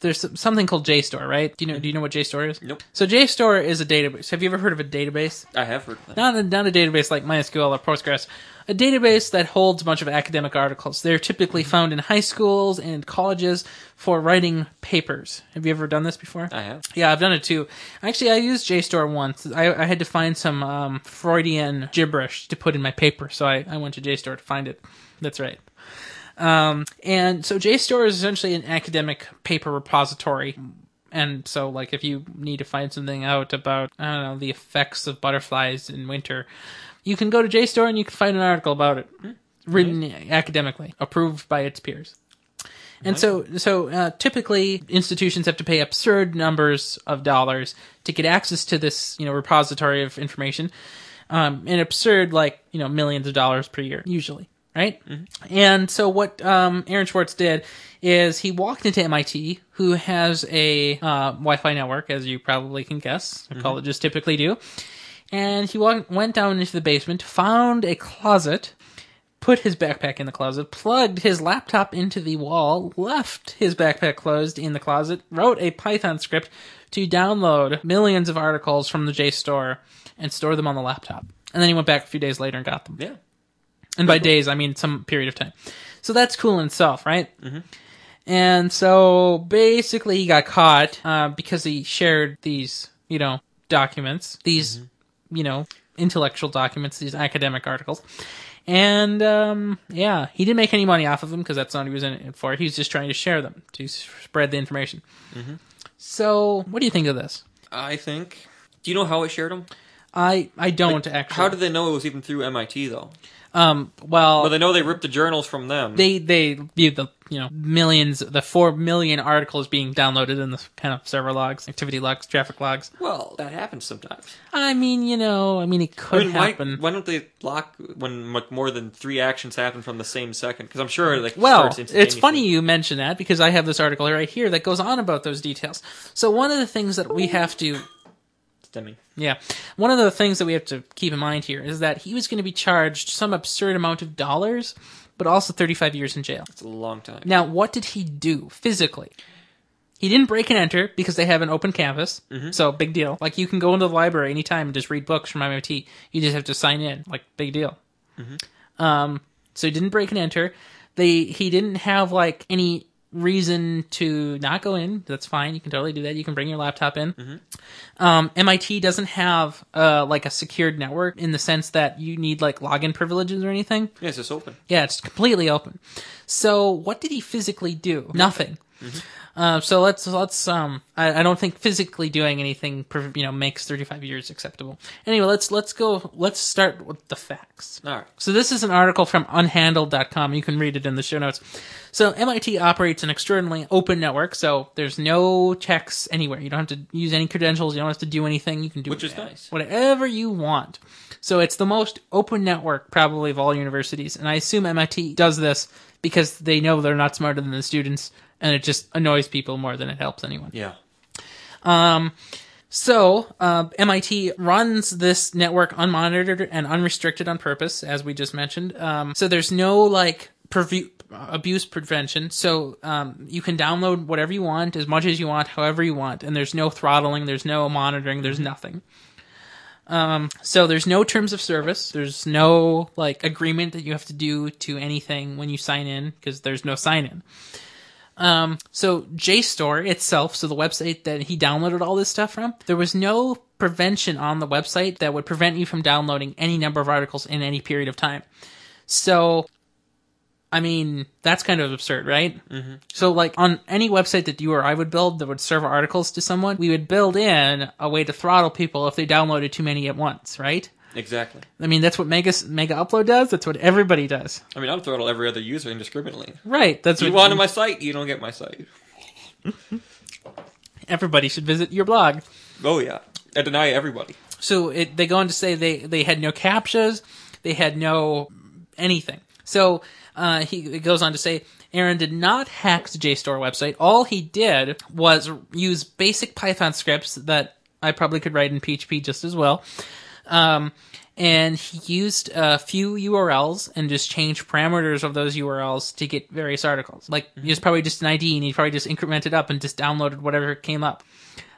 S1: there's some- something called JSTOR, right? Do you know? Do you know what JSTOR is?
S2: Nope.
S1: So JSTOR is a database. Have you ever heard of a database?
S2: I have heard of that.
S1: Not a, not a database like MySQL or Postgres. A database that holds a bunch of academic articles. They're typically found in high schools and colleges for writing papers. Have you ever done this before?
S2: I have.
S1: Yeah, I've done it too. Actually, I used JSTOR once. I, I had to find some um, Freudian gibberish to put in my paper, so I, I went to JSTOR to find it. That's right. Um, and so JSTOR is essentially an academic paper repository. And so, like, if you need to find something out about, I don't know, the effects of butterflies in winter, you can go to JSTOR and you can find an article about it, written academically, approved by its peers. And so, so uh, typically institutions have to pay absurd numbers of dollars to get access to this, you know, repository of information, um, an absurd like you know millions of dollars per year usually, right? And so what um, Aaron Schwartz did is he walked into MIT, who has a uh, Wi-Fi network, as you probably can guess, colleges typically do, and he wa- went down into the basement, found a closet put his backpack in the closet, plugged his laptop into the wall, left his backpack closed in the closet, wrote a Python script to download millions of articles from the JSTOR and store them on the laptop. And then he went back a few days later and got them.
S2: Yeah.
S1: And by days, I mean some period of time. So that's cool in itself, right? Mm-hmm. And so basically, he got caught uh, because he shared these, you know, documents, these,
S2: Mm-hmm.
S1: you know, intellectual documents, these academic articles. And um, yeah, he didn't make any money off of them because that's not what he was in it for. He was just trying to share them to s- spread the information.
S2: Mm-hmm.
S1: So, what do you think of this?
S2: I think. Do you know how I shared them?
S1: I I don't actually.
S2: How did they know it was even through MIT though?
S1: um? Well,
S2: Well, they know they ripped the journals from them.
S1: they they viewed the you know millions the four million articles being downloaded in the kind of server logs activity logs traffic logs
S2: well, that happens sometimes.
S1: i mean you know i mean it
S2: I
S1: could
S2: mean, why,
S1: happen
S2: why don't they block when like, more than three actions happen from the same second? Because I'm sure like
S1: Mm-hmm. well
S2: starts
S1: it's funny
S2: instantaneously.
S1: you mention that because i have this article right here that goes on about those details so one of the things that we have to
S2: Stemming.
S1: Yeah. One of the things that we have to keep in mind here is that he was going to be charged some absurd amount of dollars, but also 35 years in jail.
S2: It's a long time.
S1: Now, what did he do physically? He didn't break and enter because they have an open canvas, so big deal. Like you can go into the library anytime and just read books from MIT. You just have to sign in, like big deal. Um, so he didn't break and enter. They he didn't have like any reason to not go in, that's fine. You can totally do that. You can bring your laptop in. Um, MIT doesn't have uh, like a secured network in the sense that you need like login privileges or anything.
S2: Yeah, it's just open.
S1: Yeah, it's completely open. So what did he physically do? Nothing. Uh, so let's let's um I, I don't think physically doing anything per- you know makes 35 years acceptable. Anyway, let's let's go let's start with the facts.
S2: All right.
S1: So this is an article from unhandled.com. You can read it in the show notes. So MIT operates an extraordinarily open network, so there's no checks anywhere. You don't have to use any credentials, you don't have to do anything. You can do
S2: Which is
S1: whatever-
S2: nice.
S1: Whatever you want. So it's the most open network probably of all universities, and I assume MIT does this because they know they're not smarter than the students and it just annoys people more than it helps anyone.
S2: Yeah.
S1: So, uh, MIT runs this network unmonitored and unrestricted on purpose, as we just mentioned. Um, so there's no like pervu- abuse prevention. So, um, you can download whatever you want, as much as you want, however you want, and there's no throttling, there's no monitoring, there's nothing. Um, so there's no terms of service. There's no like agreement that you have to do to anything when you sign in because there's no sign in. So JSTOR itself, so the website that he downloaded all this stuff from, there was no prevention on the website that would prevent you from downloading any number of articles in any period of time. So, I mean, that's kind of absurd, right? Mm-hmm. So, like on any website that you or I would build that would serve articles to someone, we would build in a way to throttle people if they downloaded too many at once, right?
S2: Exactly.
S1: I mean, that's what Mega Mega Upload does. That's what everybody does,
S2: I mean, I'm throttle every other user indiscriminately.
S1: right? That's
S2: You
S1: what
S2: wanted my site, you don't get my site.
S1: everybody should visit your blog.
S2: Oh yeah, I deny everybody.
S1: So it, they go on to say they, they had no captchas, they had no anything. So uh, he it goes on to say Aaron did not hack the JSTOR website. All he did was use basic Python scripts that I probably could write in PHP just as well. Um, and he used a few URLs and just changed parameters of those URLs to get various articles. Like, it was probably just an ID and he probably just incremented up and just downloaded whatever came up.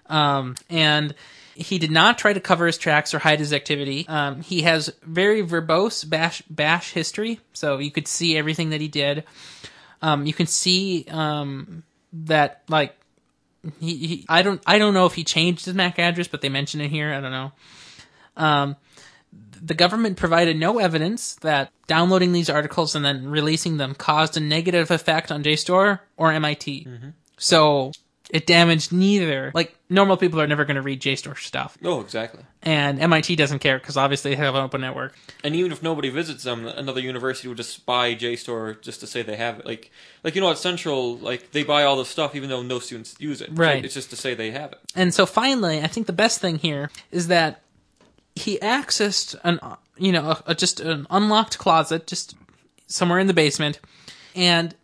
S1: Um, and he did not try to cover his tracks or hide his activity. Um, he has very verbose bash bash history, so you could see everything that he did. Um, you can see um, that like he, he I don't I don't know if he changed his MAC address, but they mention it here. I don't know. Um, the government provided no evidence that downloading these articles and then releasing them caused a negative effect on JSTOR or MIT. So it damaged neither. Like normal people are never going to read JSTOR stuff,
S2: Oh, exactly.
S1: and MIT doesn't care because obviously they have an open network.
S2: And even if nobody visits them, another university will just buy JSTOR just to say they have it. Like, like you know, at Central, like they buy all the stuff even though no students use it.
S1: Right.
S2: It's just to say they have it.
S1: And so finally, I think the best thing here is that he accessed an you know a, a, just an unlocked closet just somewhere in the basement and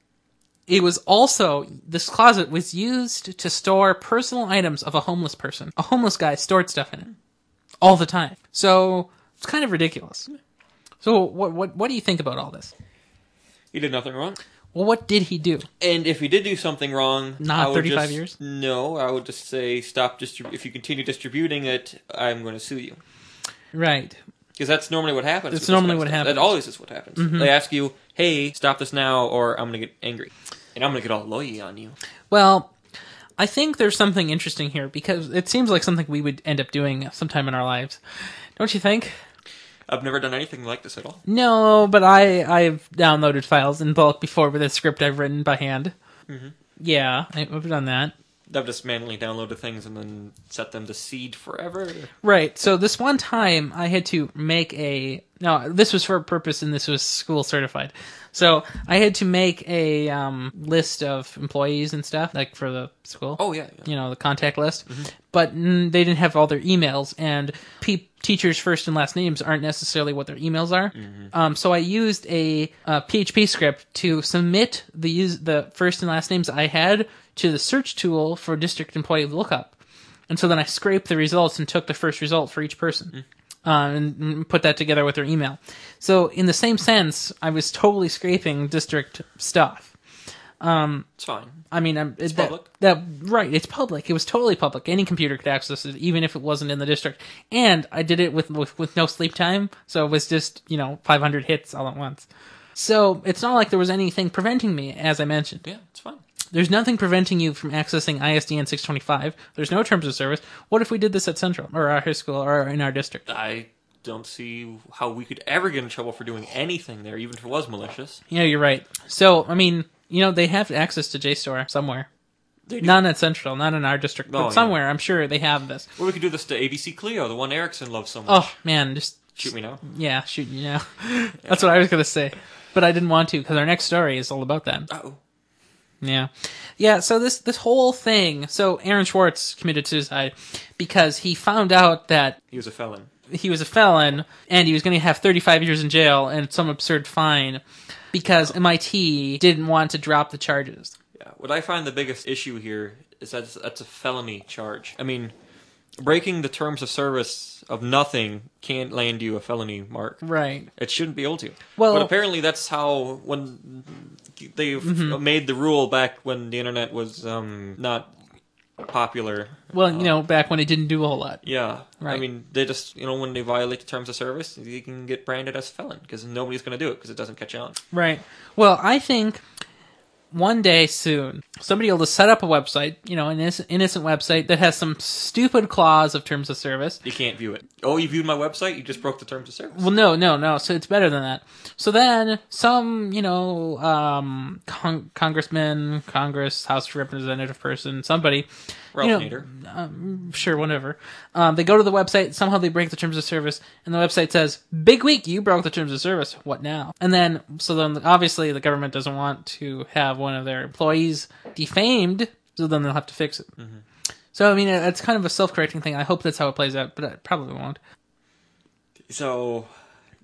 S1: it was also this closet was used to store personal items of a homeless person. A homeless guy stored stuff in it all the time. So it's kind of ridiculous. So what what what do you think about all this?
S2: He did nothing wrong.
S1: Well, what did he do?
S2: And if he did do something wrong,
S1: Not
S2: I would
S1: 35
S2: just-
S1: years?
S2: No, I would just say stop. Distrib- if you continue distributing it, I'm going to sue you.
S1: Right.
S2: Because that's normally what
S1: That's
S2: happens. with this kind
S1: normally
S2: of
S1: what
S2: stuff.
S1: happens. Mm-hmm.
S2: That always is what happens. They ask you, "Hey, stop this now, or I'm going to get angry, and I'm going to get all loyy on you."
S1: Well, I think there's something interesting here because it seems like something we would end up doing sometime in our lives. Don't you think?
S2: I've never done anything like this at all.
S1: No, but I I've downloaded files in bulk before with a script I've written by hand. Yeah, I- I've done that.
S2: I've just manually downloaded things and then set them to seed forever.
S1: Right. So this one time I had to make a no, this was for a purpose and this was school certified. So I had to make a um, list of employees and stuff like for the school.
S2: Oh yeah, yeah.
S1: you know the contact list but mm, they didn't have all their emails and pe- teachers first and last names aren't necessarily what their emails are um, so i used a, uh php script to submit the use the first and last names i had to the search tool for district employee lookup and so then i scraped the results and took the first result for each person uh, and and put that together with their email so in the same sense i was totally scraping district stuff
S2: It's fine.
S1: I mean, I'm, it's that,
S2: public.
S1: That right? It's public. It was totally public. Any computer could access it, even if it wasn't in the district. And I did it with with, with no sleep time, so it was just you know 500 hits all at once. So it's not like there was anything preventing me, as I mentioned.
S2: Yeah, it's fine.
S1: There's nothing preventing you from accessing ISDN 625. There's no terms of service. What if we did this at Central or our high school or in our district?
S2: I don't see how we could ever get in trouble for doing anything there, even if it was malicious.
S1: Yeah, you're right. So, I mean, you know, they have access to JSTOR somewhere.
S2: They do.
S1: Not at Central, not in our district,
S2: Oh,
S1: but
S2: yeah.
S1: somewhere, I'm sure they have this.
S2: Or we could do this to ABC Clio, the one Erickson loves so much.
S1: Oh, man, just
S2: Shoot me now.
S1: Yeah, shoot you now. That's what I was gonna say, but I didn't want to because our next story is all about that.
S2: Oh,
S1: Yeah, yeah. So this this whole thing. So Aaron Schwartz committed suicide because he found out that
S2: he was a felon.
S1: he was a felon and he was going to have 35 years in jail and some absurd fine because MIT didn't want to drop the charges.
S2: Yeah. What I find the biggest issue here is that that's a felony charge. I mean, breaking the terms of service of nothing can't land you a felony mark.
S1: Right.
S2: It shouldn't be able to.
S1: Well-
S2: but apparently that's how when they
S1: Mm-hmm.
S2: made the rule back when the internet was um, not popular.
S1: Well, you know, back when it didn't do a whole lot.
S2: Yeah, I
S1: Right.
S2: mean they just you know when they violate the terms of service, you can get branded as felon because nobody's going to do it because it doesn't catch on.
S1: Right. Well, I think one day soon somebody will just set up a website, you know, an innocent, innocent website that has some stupid clause of terms of service.
S2: You can't view it. Oh, you viewed my website? You just broke the terms of service.
S1: Well, no, no, no. So it's better than that. So then some, you know, um, con- congressman, Congress, House representative person, somebody,
S2: Ralph
S1: you know,
S2: Nader.
S1: sure, whatever. Um, they go to the website. Somehow they break the terms of service, and the website says, "Big week, you broke the terms of service. What now?" And then, so then, obviously, the government doesn't want to have one of their employees defamed, so then they'll have to fix it. So I mean, it- it's kind of a self-correcting thing. I hope that's how it plays out, but it probably won't.
S2: So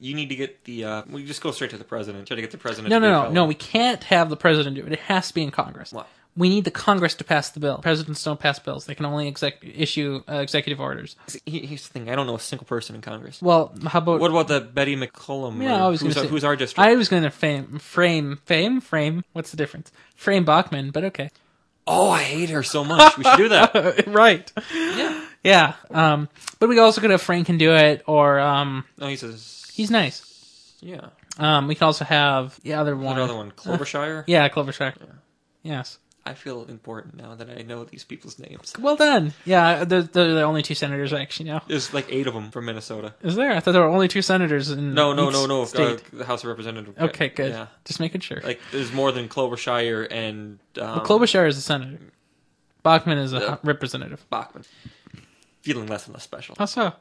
S2: you need to get the. Uh, we just go straight to the president. Try to get the president.
S1: No,
S2: to be
S1: no,
S2: a
S1: no,
S2: felon.
S1: no. We can't have the president do it. It has to be in Congress.
S2: Why?
S1: We need the Congress to pass the bill. Presidents don't pass bills; they can only exec- issue uh, executive orders.
S2: See, he- Here's the thing. I don't know a single person in Congress.
S1: Well, how about
S2: What about the Betty McCollum?
S1: Yeah,
S2: or
S1: I was
S2: who's,
S1: gonna
S2: our,
S1: say-
S2: who's our district?
S1: I was going to fame, frame, fame, frame. What's the difference? Frame Bachman, but okay.
S2: Oh, I hate her so much. We should do that.
S1: right. Yeah. Yeah. Um, but we also could have Frank can do it, or um,
S2: No, he says.
S1: he's nice.
S2: yeah.
S1: Um, we could also have the other one.
S2: Another one, Clovershire.
S1: Yeah, Clovershire. Yes.
S2: I feel important now that I know these people's names.
S1: Well done. Yeah, they're, they're the only two senators I actually know.
S2: There's like eight of them from Minnesota.
S1: Is there? I thought there were only two senators in
S2: No, no,
S1: each
S2: no, no. Uh,
S1: state.
S2: the House of Representatives.
S1: okay, good.
S2: Yeah.
S1: Just making sure.
S2: Like there's more than Clovershire and um,
S1: Klobuchar is a senator. Bachman is a
S2: Yeah.
S1: representative.
S2: Bachman. Feeling less and less special.
S1: How so?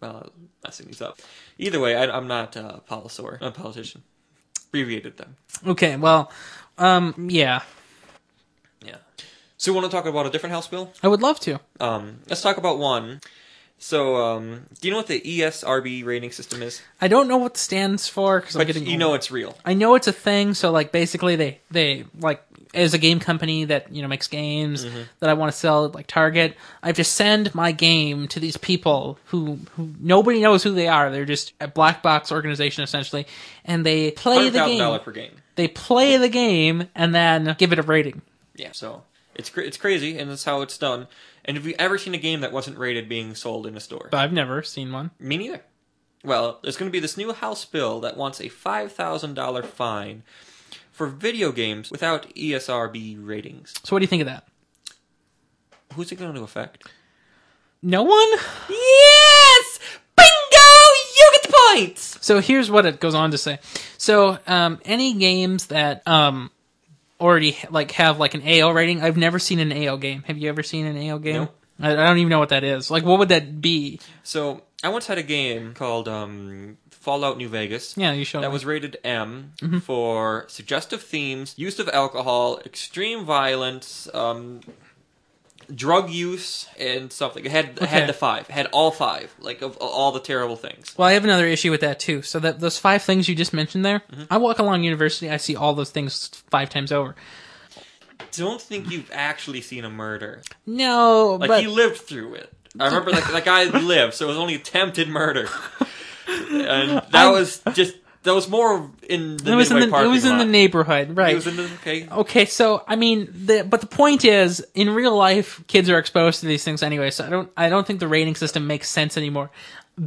S2: Well, messing these up. Either way, I, I'm not uh, polisaur. I'm a politician. Abbreviated them.
S1: Okay, well, um, yeah.
S2: Yeah. So, you want to talk about a different House bill?
S1: I would love to.
S2: Um, let's talk about one. So, um, do you know what the ESRB rating system is?
S1: I don't know what it stands for because I'm
S2: But
S1: getting
S2: you
S1: old.
S2: know it's real.
S1: I know it's a thing. So like basically they they like as a game company that you know makes games
S2: Mm-hmm.
S1: that I want to sell at like Target, I have to send my game to these people who who nobody knows who they are. They're just a black box organization essentially, and they play
S2: Hundred
S1: the
S2: thousand dollar
S1: game.
S2: per game.
S1: They play the game and then give it a rating.
S2: Yeah. So it's cra- it's crazy, and that's how it's done. And have you ever seen a game that wasn't rated being sold in a store?
S1: But I've never seen one.
S2: Me neither. Well, there's going to be this new House bill that wants a $5,000 fine for video games without E ESRB ratings.
S1: So what do you think of that?
S2: Who's it going to affect?
S1: No one.
S2: Yes! Bingo! You get the points!
S1: So here's what it goes on to say. So um, any games that um, already like have like an AO rating, I've never seen an AO game. Have you ever seen an AO game?
S2: No.
S1: I, I don't even know what that is. Like, what would that be?
S2: So, I once had a game called um, Fallout New Vegas.
S1: Yeah, you showed me.
S2: That
S1: Mm-hmm.
S2: was rated M for suggestive themes, use of alcohol, extreme violence, um, drug use, and something. It had it
S1: Okay.
S2: had the five, it had all five, like of all the terrible things.
S1: Well, I have another issue with that too. So that those five things you just mentioned there,
S2: Mm-hmm.
S1: I walk along university, I see all those things five times over.
S2: Don't think you've actually seen a murder.
S1: No,
S2: Like
S1: Mm-hmm. but
S2: he lived through it. I remember like that guy lived, so it was only attempted murder, and that
S1: I'm-
S2: was just that was more in the
S1: it was in the
S2: Midway
S1: it
S2: parking
S1: was in the
S2: lot.
S1: neighborhood,
S2: It
S1: right?
S2: was in the okay.
S1: Okay, so I mean, the, but the point is, in real life, kids are exposed to these things anyway. So I don't, I don't think the rating system makes sense anymore,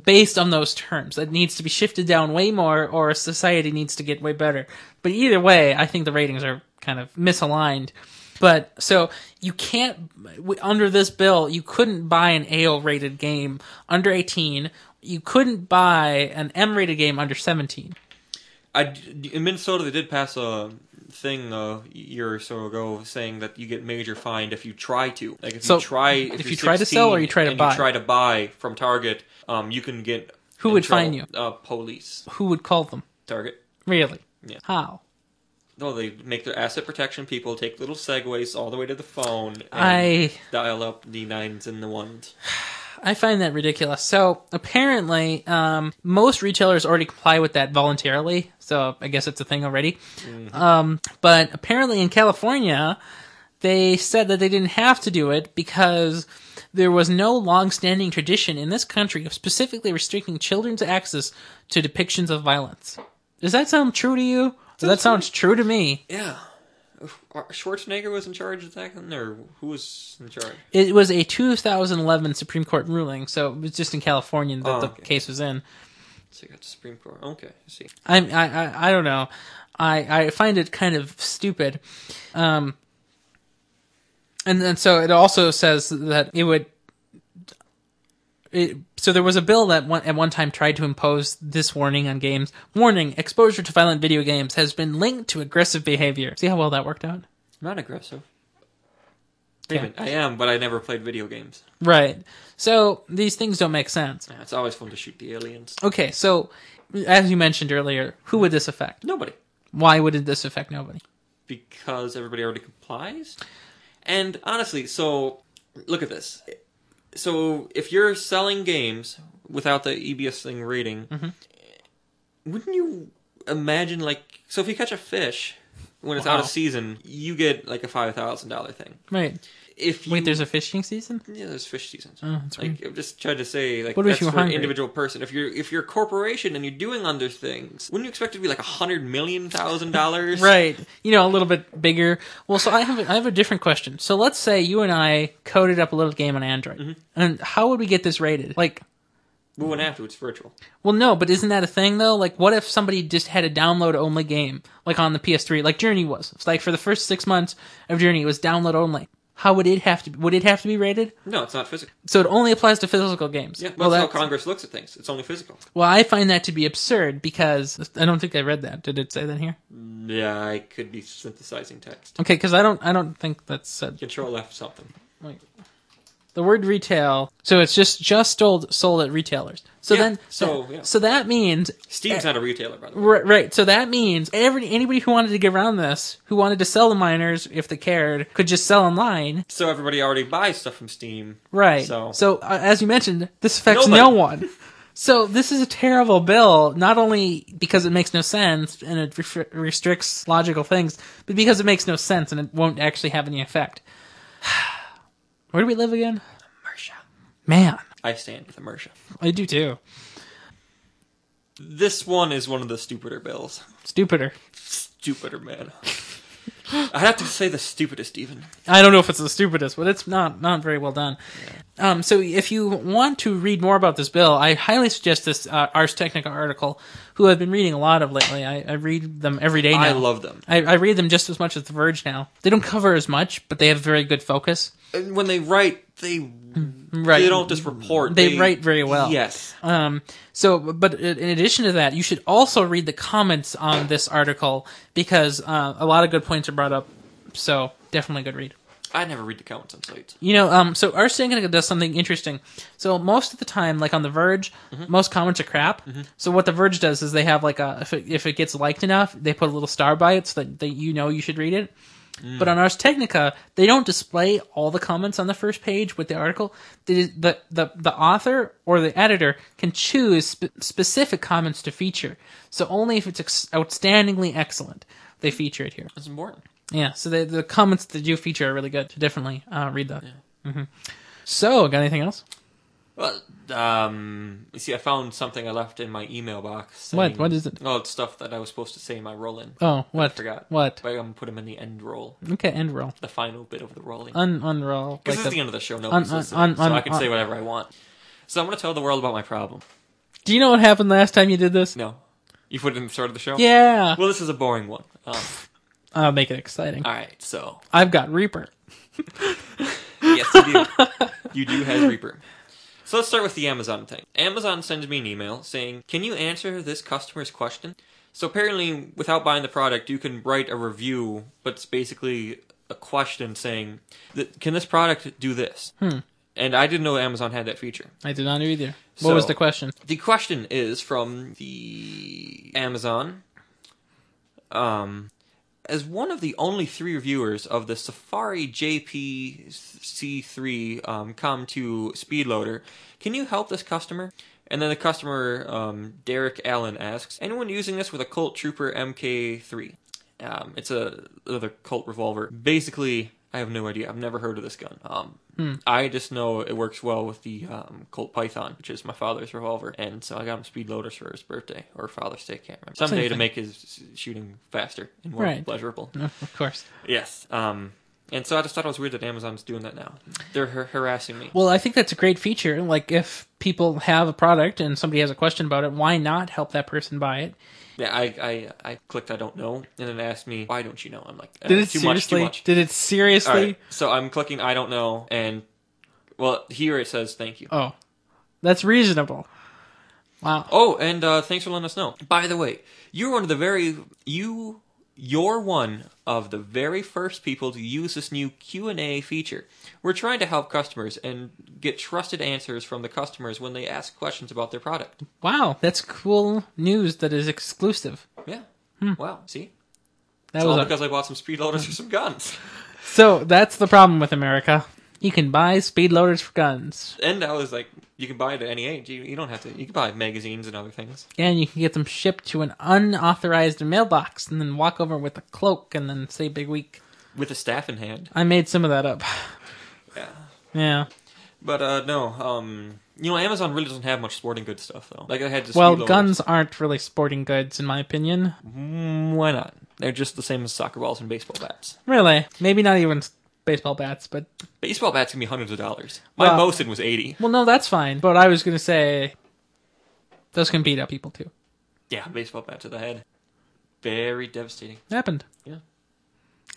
S1: based on those terms. That needs to be shifted down way more, or society needs to get way better. But either way, I think the ratings are kind of misaligned. But so you can't w- under this bill, you couldn't buy an AO-rated game under 18. You couldn't buy an M-rated game under 17.
S2: I d in Minnesota they did pass a thing a year or so ago saying that you get major fined if you try to like if
S1: So,
S2: you try if,
S1: if
S2: you're
S1: you try to sell or
S2: 16
S1: you try to
S2: and
S1: buy?
S2: you try to buy from Target um you can get
S1: Who
S2: in
S1: would
S2: trouble.
S1: fine you?
S2: uh police
S1: Who would call them?
S2: Target
S1: Really?
S2: Yeah.
S1: How?
S2: no they make their asset protection people take little segues all the way to the phone and
S1: I
S2: dial up the nines and the ones
S1: I find that ridiculous. So apparently, um, most retailers already comply with that voluntarily. So I guess it's a thing already.
S2: Mm-hmm.
S1: Um, but apparently, in California, they said that they didn't have to do it because there was no long-standing tradition in this country of specifically restricting children's access to depictions of violence. Does that sound true to you? that sounds true to me.
S2: yeah Schwarzenegger was in charge of that or who was in charge
S1: It was a 2011 Supreme Court ruling, so it was just in California that
S2: Oh,
S1: the
S2: okay.
S1: case was in.
S2: so you got the Supreme Court okay I see
S1: I I I, I don't know. I I find it kind of stupid. Um and then so it also says that it would it, so there was a bill that one, at one time tried to impose this warning on games. Warning: Exposure to violent video games has been linked to aggressive behavior. See how well that worked out?
S2: I'm not aggressive. David, I am, but I never played video games.
S1: Right. So these things don't make sense.
S2: Yeah, It's always fun to shoot the aliens.
S1: Okay, so as you mentioned earlier, who would this affect?
S2: Nobody,
S1: Why would this affect nobody?
S2: because everybody already complies. And honestly, so look at this. So if you're selling games without the EBS thing rating,
S1: Mm-hmm.
S2: wouldn't you imagine like so if you catch a fish when it's out of
S1: Wow.
S2: season, you get like a five thousand dollar thing.
S1: Right.
S2: If you,
S1: Wait, there's a fishing season.
S2: Yeah, there's fish seasons.
S1: Oh, that's
S2: like I'm just trying to say, like
S1: What if
S2: that's
S1: you're
S2: for an
S1: hungry?
S2: individual person. If you're if you're a corporation and you're doing under things, wouldn't you expect it to be like a hundred million thousand dollars?
S1: right you know a little bit bigger well so i have a, i have a different question so let's say you and i coded up a little game on android and how would we get this rated like
S2: We went after it's virtual.
S1: well no but isn't that a thing though like what if somebody just had a download only game like on the ps3 like journey was it's like for the first six months of journey it was download only how would it have to would it have to be rated
S2: No, it's not physical.
S1: so it only applies to physical games
S2: Yeah, well,
S1: well,
S2: that's
S1: that-
S2: how Congress looks at things. It's only physical.
S1: well i find that to be absurd because i don't think i read that did it say that here
S2: Yeah, I could be synthesizing text.
S1: okay because i don't i don't think that's said
S2: Control F something.
S1: Wait. The word retail, so it's just just sold sold at retailers. So
S2: Yeah,
S1: then,
S2: so,
S1: that,
S2: yeah.
S1: so that means
S2: Steve's
S1: Eh.
S2: not a retailer, by the way.
S1: right, right. So that means every anybody who wanted to get around this, who wanted to sell the miners if they cared, could just sell online,
S2: So everybody already buys stuff from Steam.
S1: right?
S2: So-
S1: uh, as you mentioned, this affects no
S2: Nobody.
S1: one. So this is a terrible bill, not only because it makes no sense and it re- restricts logical things, but because it makes no sense and it won't actually have any effect. Where do we live again?
S2: Marcia.
S1: Man,
S2: I stand with Marcia.
S1: I do too.
S2: This one is one of the stupider bills.
S1: Stupider.
S2: Stupider man. I'd have to say the stupidest even.
S1: I don't know if it's the stupidest, but it's not not very well done. Um, so if you want to read more about this bill, I highly suggest this uh, Ars Technica article, who I've been reading a lot of lately. I, I read them every day now.
S2: I love them.
S1: I, I read them just as much as The Verge now. They don't cover as much, but they have very good focus.
S2: and when they write, they
S1: Right.
S2: they don't just report.
S1: They write very well.
S2: Yes,
S1: Um, so, but in addition to that, you should also read the comments on this article because uh, a lot of good points are brought up. So definitely a good read.
S2: I never read the comments on sites.
S1: You know, um, so Ars Technica does something interesting. So most of the time, like on The Verge, most comments are crap. So what The Verge does is they have like a if it, if it gets liked enough, they put a little star by it so that, that you know you should read it. But on Ars Technica, they don't display all the comments on the first page with the article. The the the, the author or the editor can choose spe- specific comments to feature. So only if it's ex- outstandingly excellent, they feature it here.
S2: It's important.
S1: Yeah, so the the comments that you feature are really good. So definitely uh, read that. hmm So, got anything else?
S2: Well, um, you see, I found something I left in my email box.
S1: What?
S2: saying-
S1: What is it?
S2: Oh, it's stuff that I was supposed to say in my roll-in.
S1: Oh, what?
S2: forgot.
S1: What?
S2: But I'm gonna put them in the end roll,
S1: Okay, end roll.
S2: the final bit of the rolling.
S1: Un unroll.
S2: Because
S1: Like
S2: this
S1: the-
S2: is the end of the show. No,
S1: un-
S2: one's listening,
S1: un-
S2: so
S1: un-
S2: I can
S1: un-
S2: say whatever I want. So I'm gonna tell the world about my problem.
S1: Do you know what happened last time you did this?
S2: No, you put it in the start of the show.
S1: Yeah.
S2: Well, this is a boring one. Um,
S1: I'll make it exciting.
S2: All right, so
S1: I've got Reaper.
S2: yes, you do. you do has Reaper. So let's start with the Amazon thing. Amazon sends me an email saying, "Can you answer this customer's question?" So apparently, without buying the product, you can write a review, but it's basically a question saying, that, "Can this product do this?" And I didn't know Amazon had that feature.
S1: I did not know either. What was
S2: So-
S1: the question?
S2: The question is from the Amazon. Um, as one of the only three reviewers of the Safari JPC3 um, COM2 Speedloader, can you help this customer? And then the customer, um, Derek Allen, asks, anyone using this with a Colt Trooper MK3? Um, it's a another Colt revolver. Basically, I have no idea. I've never heard of this gun. Um, I just know it works well with the um, Colt Python, which is my father's revolver, and so I got him speed loaders for his birthday or Father's Day. Can't remember. Someday to
S1: thing.
S2: make his shooting faster and more
S1: Right.
S2: pleasurable.
S1: No, of course.
S2: Yes. Um, and so I just thought it was weird that Amazon's doing that now. They're har- harassing me.
S1: Well, I think that's a great feature. Like, if people have a product and somebody has a question about it, why not help that person buy it?
S2: Yeah, I, I, I clicked I don't know, and then it asked me why don't you know? I'm like uh,
S1: Did it
S2: too much,
S1: seriously?
S2: too much.
S1: Did it
S2: All
S1: seriously?
S2: right. So I'm clicking I don't know, and well here it says thank you.
S1: Oh, that's reasonable. Wow.
S2: Oh, and uh, thanks for letting us know. By the way, you're one of the very you you're one of the very first people to use this new Q&A feature. We're trying to help customers and get trusted answers from the customers when they ask questions about their product.
S1: Wow, that's cool news that is exclusive.
S2: Yeah. Wow. See?
S1: Hmm. That
S2: It's
S1: was
S2: all
S1: a-
S2: because I bought some speed loaders for some guns.
S1: so. That's the problem with America. You can buy speed loaders for guns,
S2: And I was like, you can buy it at any age. You, you don't have to. You can buy magazines and other things.
S1: and you can get them shipped to an unauthorized mailbox, and then walk over with a cloak, and then say "Big Week."
S2: With a staff in hand.
S1: I made some of that up.
S2: Yeah.
S1: Yeah.
S2: But uh, no, um, you know, Amazon really doesn't have much sporting goods stuff, though. Like, I had to
S1: Well, guns aren't really sporting goods, in my opinion.
S2: Mm, Why not? They're just the same as soccer balls and baseball bats.
S1: Really, maybe not even s- baseball bats, but
S2: Baseball bats can be hundreds of dollars. My
S1: Well-
S2: Mosin was 80.
S1: well, no, that's fine. But I was gonna say those can beat up people too.
S2: Yeah, baseball bat to the head. Very devastating.
S1: happened.
S2: Yeah.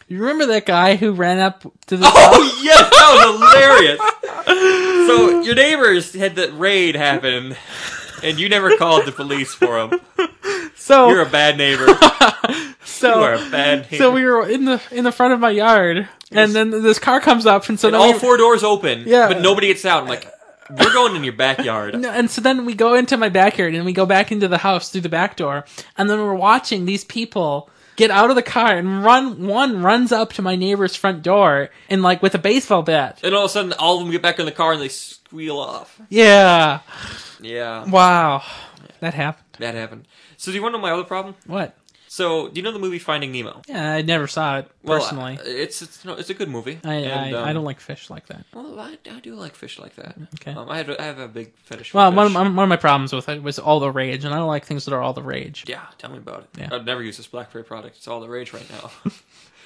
S1: You remember that guy who ran up to the
S2: Oh, yes! That was hilarious! so, your neighbors had that raid happen, and you never called the police for them.
S1: so
S2: You're a bad neighbor.
S1: so
S2: You are a bad neighbor.
S1: so we were in the in the front of my yard, and then this car comes up, and so
S2: and
S1: then
S2: all
S1: we-
S2: four doors open,
S1: Yeah.
S2: but nobody gets out. I'm like, you're going in your backyard.
S1: No, and so then we go into my backyard and we go back into the house through the back door, and then we're watching these people get out of the car and run. One runs up to my neighbor's front door and like with a baseball bat.
S2: And all of a sudden, all of them get back in the car and they squeal off.
S1: Yeah,
S2: Yeah,
S1: wow, that happened.
S2: that happened. So, do you want to know my other problem?
S1: What?
S2: So, do you know the movie Finding Nemo?
S1: Yeah, I never saw it
S2: Well,
S1: personally.
S2: I- it's it's, no, it's a good movie.
S1: I,
S2: and,
S1: I, I
S2: um,
S1: don't like fish like that.
S2: Well, I, I do like fish like that.
S1: Okay.
S2: Um, I, had, I have a big fetish. for
S1: Well, one of,
S2: fish.
S1: my- one of my problems with it was all the rage, and I don't like things that are all the rage.
S2: Yeah, tell me about it.
S1: Yeah.
S2: I've never used this BlackBerry product. It's all the rage right now.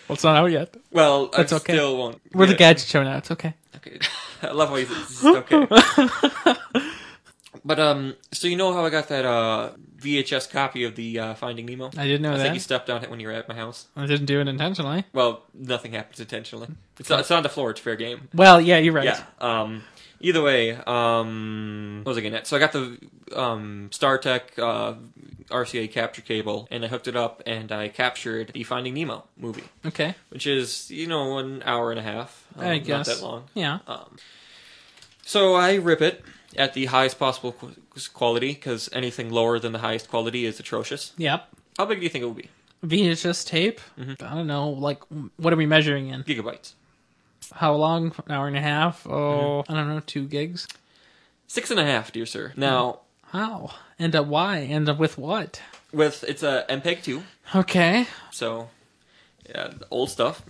S1: Well, it's not out yet.
S2: well,
S1: That's
S2: I
S1: okay.
S2: still won't.
S1: We're the
S2: get
S1: gadget show now. It's okay.
S2: it. Okay. I love how you said it's okay. But um, so you know how I got that uh VHS copy of the uh, Finding Nemo?
S1: I didn't know
S2: I think you
S1: that.
S2: stepped on it when you were at my house.
S1: I didn't do it intentionally.
S2: Well, nothing happens intentionally. It's not, it's not on the floor. It's fair game.
S1: Well, yeah, you're right.
S2: Yeah. Um. Either way, um, what was I getting at? So I got the um, StarTech uh, RCA capture cable, and I hooked it up, and I captured the Finding Nemo movie,
S1: Okay.
S2: which is you know an hour and a half. Um,
S1: I guess.
S2: not that long.
S1: Yeah.
S2: Um, so I rip it at the highest possible qu- quality because anything lower than the highest quality is atrocious.
S1: Yep.
S2: How big do you think it will be?
S1: VHS tape.
S2: Mm-hmm.
S1: I don't know. Like, what are we measuring in?
S2: Gigabytes.
S1: How long? An hour and a half?
S2: Mm-hmm.
S1: Oh, I don't know. Two gigs.
S2: Six and a half, dear sir. Now
S1: How? And uh, why? And uh, with what?
S2: with it's a MPEG two.
S1: Okay.
S2: So, yeah, the old stuff.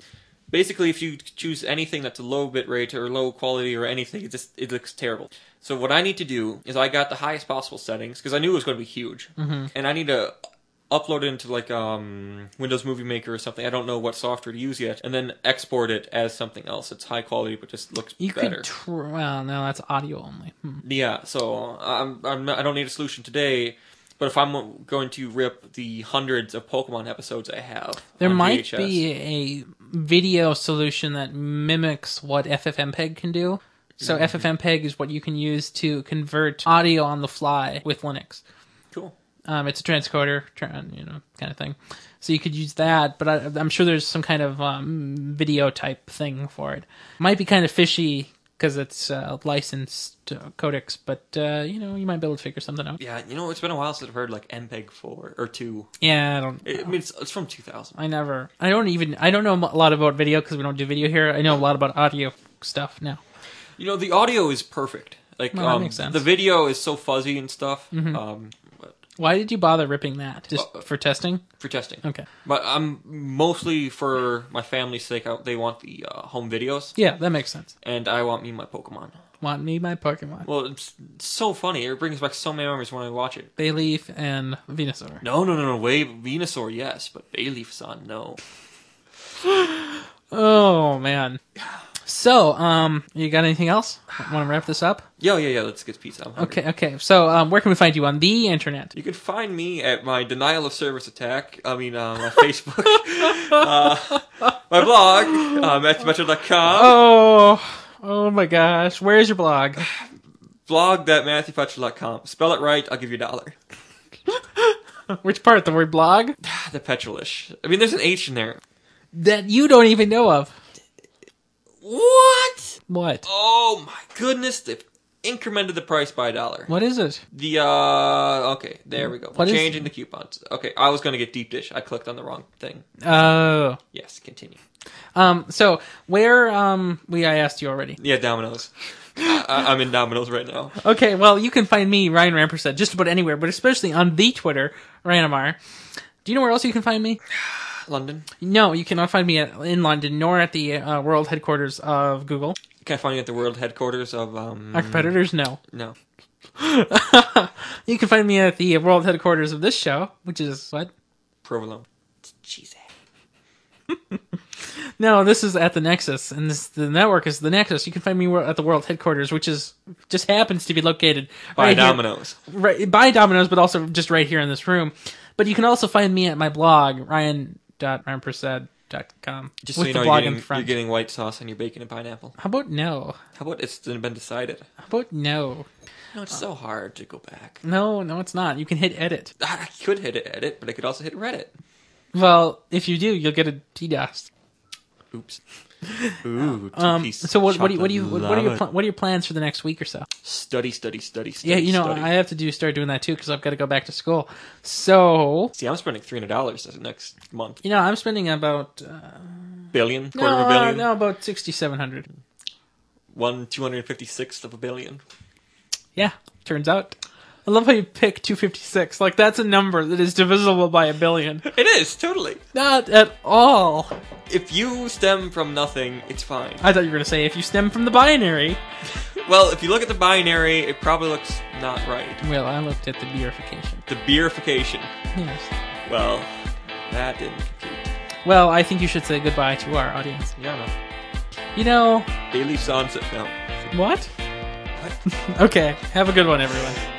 S2: Basically, if you choose anything that's a low bit rate or low quality or anything, it just it looks terrible. So what I need to do is I got the highest possible settings because I knew it was going to be huge,
S1: Mm-hmm.
S2: and I need to upload it into like um, Windows Movie Maker or something. I don't know what software to use yet, and then export it as something else. It's high quality but just looks
S1: You
S2: better.
S1: could. Tr- well, no, that's audio only. Hmm.
S2: Yeah, so I'm, I'm not, I don't need a solution today, but But if I'm going to rip the hundreds of Pokemon episodes I have,
S1: There
S2: on
S1: might
S2: VHS,
S1: be a video solution that mimics what FFmpeg can do. So FFmpeg is what you can use to convert audio on the fly with Linux.
S2: cool.
S1: Um, it's a transcoder, tran- you know, kind of thing. So you could use that, but I, I'm sure there's some kind of um, video type thing for it. Might be kind of fishy because it's uh, licensed uh, codecs, but uh, you know, you might be able to figure something out.
S2: Yeah, you know, it's been a while since I've heard like MPEG four or two.
S1: Yeah, I don't.
S2: It, I mean, it's, it's from 2000.
S1: I never. I don't even. I don't know a lot about video because we don't do video here. I know a lot about audio stuff now.
S2: You know, the audio is perfect. Like,
S1: Well, that
S2: um,
S1: makes sense. Mm-hmm.
S2: the video is so fuzzy and stuff. Um, but-
S1: Why did you bother ripping that? Just
S2: Uh,
S1: for testing?
S2: for testing.
S1: Okay.
S2: But I'm mostly for my family's sake. I, they want the uh, home videos,
S1: Yeah, that makes sense.
S2: and I want me my Pokemon.
S1: Want me my Pokemon?
S2: Well, it's, it's so funny. It brings back so many memories when I watch it.
S1: Bayleaf and Venusaur.
S2: No, no, no, no. Way Venusaur, yes, but Bayleaf's on no.
S1: Oh man. So, um, you got anything else? Want to wrap this up?
S2: Yeah, yeah, yeah. Let's get pizza. I'm hungry.
S1: Okay, okay. So, um, where can we find you on the internet?
S2: You can find me at my denial of service attack. I mean, uh, my Facebook, uh, my blog, uh, MatthewFetcher.com.
S1: Oh, oh my gosh. Where's your blog?
S2: Blog that MatthewFetcher.com. Spell it right, I'll give you a dollar.
S1: Which part? The word blog?
S2: Ah, The petrolish. I mean, there's an H in there.
S1: That you don't even know of.
S2: What?
S1: What?
S2: Oh my goodness! They've incremented the price by a dollar.
S1: What is it?
S2: The uh, okay, there we go.
S1: What is-
S2: Changing the coupons. Okay, I was gonna get deep dish. I clicked on the wrong thing.
S1: Oh.
S2: Yes, continue.
S1: Um, so where um we I asked you already.
S2: Yeah, Domino's. I, I- I'm in Domino's right now.
S1: Okay, well you can find me, Ryan Rampersad, just about anywhere, but especially on the Twitter, Ranamar. Do you know where else you can find me?
S2: London.
S1: No, you cannot find me at, in London nor at the uh, world headquarters of Google.
S2: Can I find you at the world headquarters of um?
S1: Our competitors, no.
S2: No.
S1: You can find me at the world headquarters of this show, which is what?
S2: Provolone.
S1: No, this is at the Nexus, and this, the network is the Nexus. You can find me wor- at the world headquarters, which is just happens to be located
S2: By
S1: right here-
S2: Domino's.
S1: right, by Domino's, but also just right here in this room. But you can also find me at my blog, ryan.ryanprasad.com.
S2: Just
S1: with
S2: so you
S1: the
S2: know, you're
S1: blog
S2: getting,
S1: in front.
S2: you're getting white sauce and you're bacon and pineapple.
S1: How about no?
S2: How about it's been decided?
S1: How about no?
S2: No, it's
S1: Oh.
S2: so hard to go back.
S1: No, no, it's not. You can hit edit.
S2: I could hit edit, but I could also hit Reddit.
S1: Well, if you do, you'll get a DDoS.
S2: Oops. Ooh. two
S1: Um,
S2: piece
S1: so what, what do you, what do you, what,
S2: chocolate
S1: what are your
S2: lava.
S1: pl- what are your plans for the next week or so?
S2: Study, study, study, study.
S1: Yeah, you know,
S2: study.
S1: I have to do start doing that too because I've got to go back to school. So
S2: See, I'm spending three hundred dollars next month.
S1: you know, I'm spending about uh,
S2: Billion,
S1: no,
S2: quarter of a
S1: uh,
S2: billion,
S1: no, about sixty seven hundred.
S2: one two hundred fifty sixth of a billion.
S1: Yeah, turns out. I love how you pick 256. Like, that's a number that is divisible by a billion.
S2: It is totally.
S1: Not at all.
S2: If you stem from nothing, it's fine.
S1: I thought you were going to say if you stem from the binary.
S2: Well, if you look at the binary, it probably looks not right.
S1: Well, I looked at the beerification.
S2: The beerification.
S1: Yes.
S2: Well, that didn't compute.
S1: Well, I think you should say goodbye to our audience.
S2: Yeah,
S1: You know,
S2: no. Daily sunset. No.
S1: what?
S2: What?
S1: Okay, have a good one, everyone.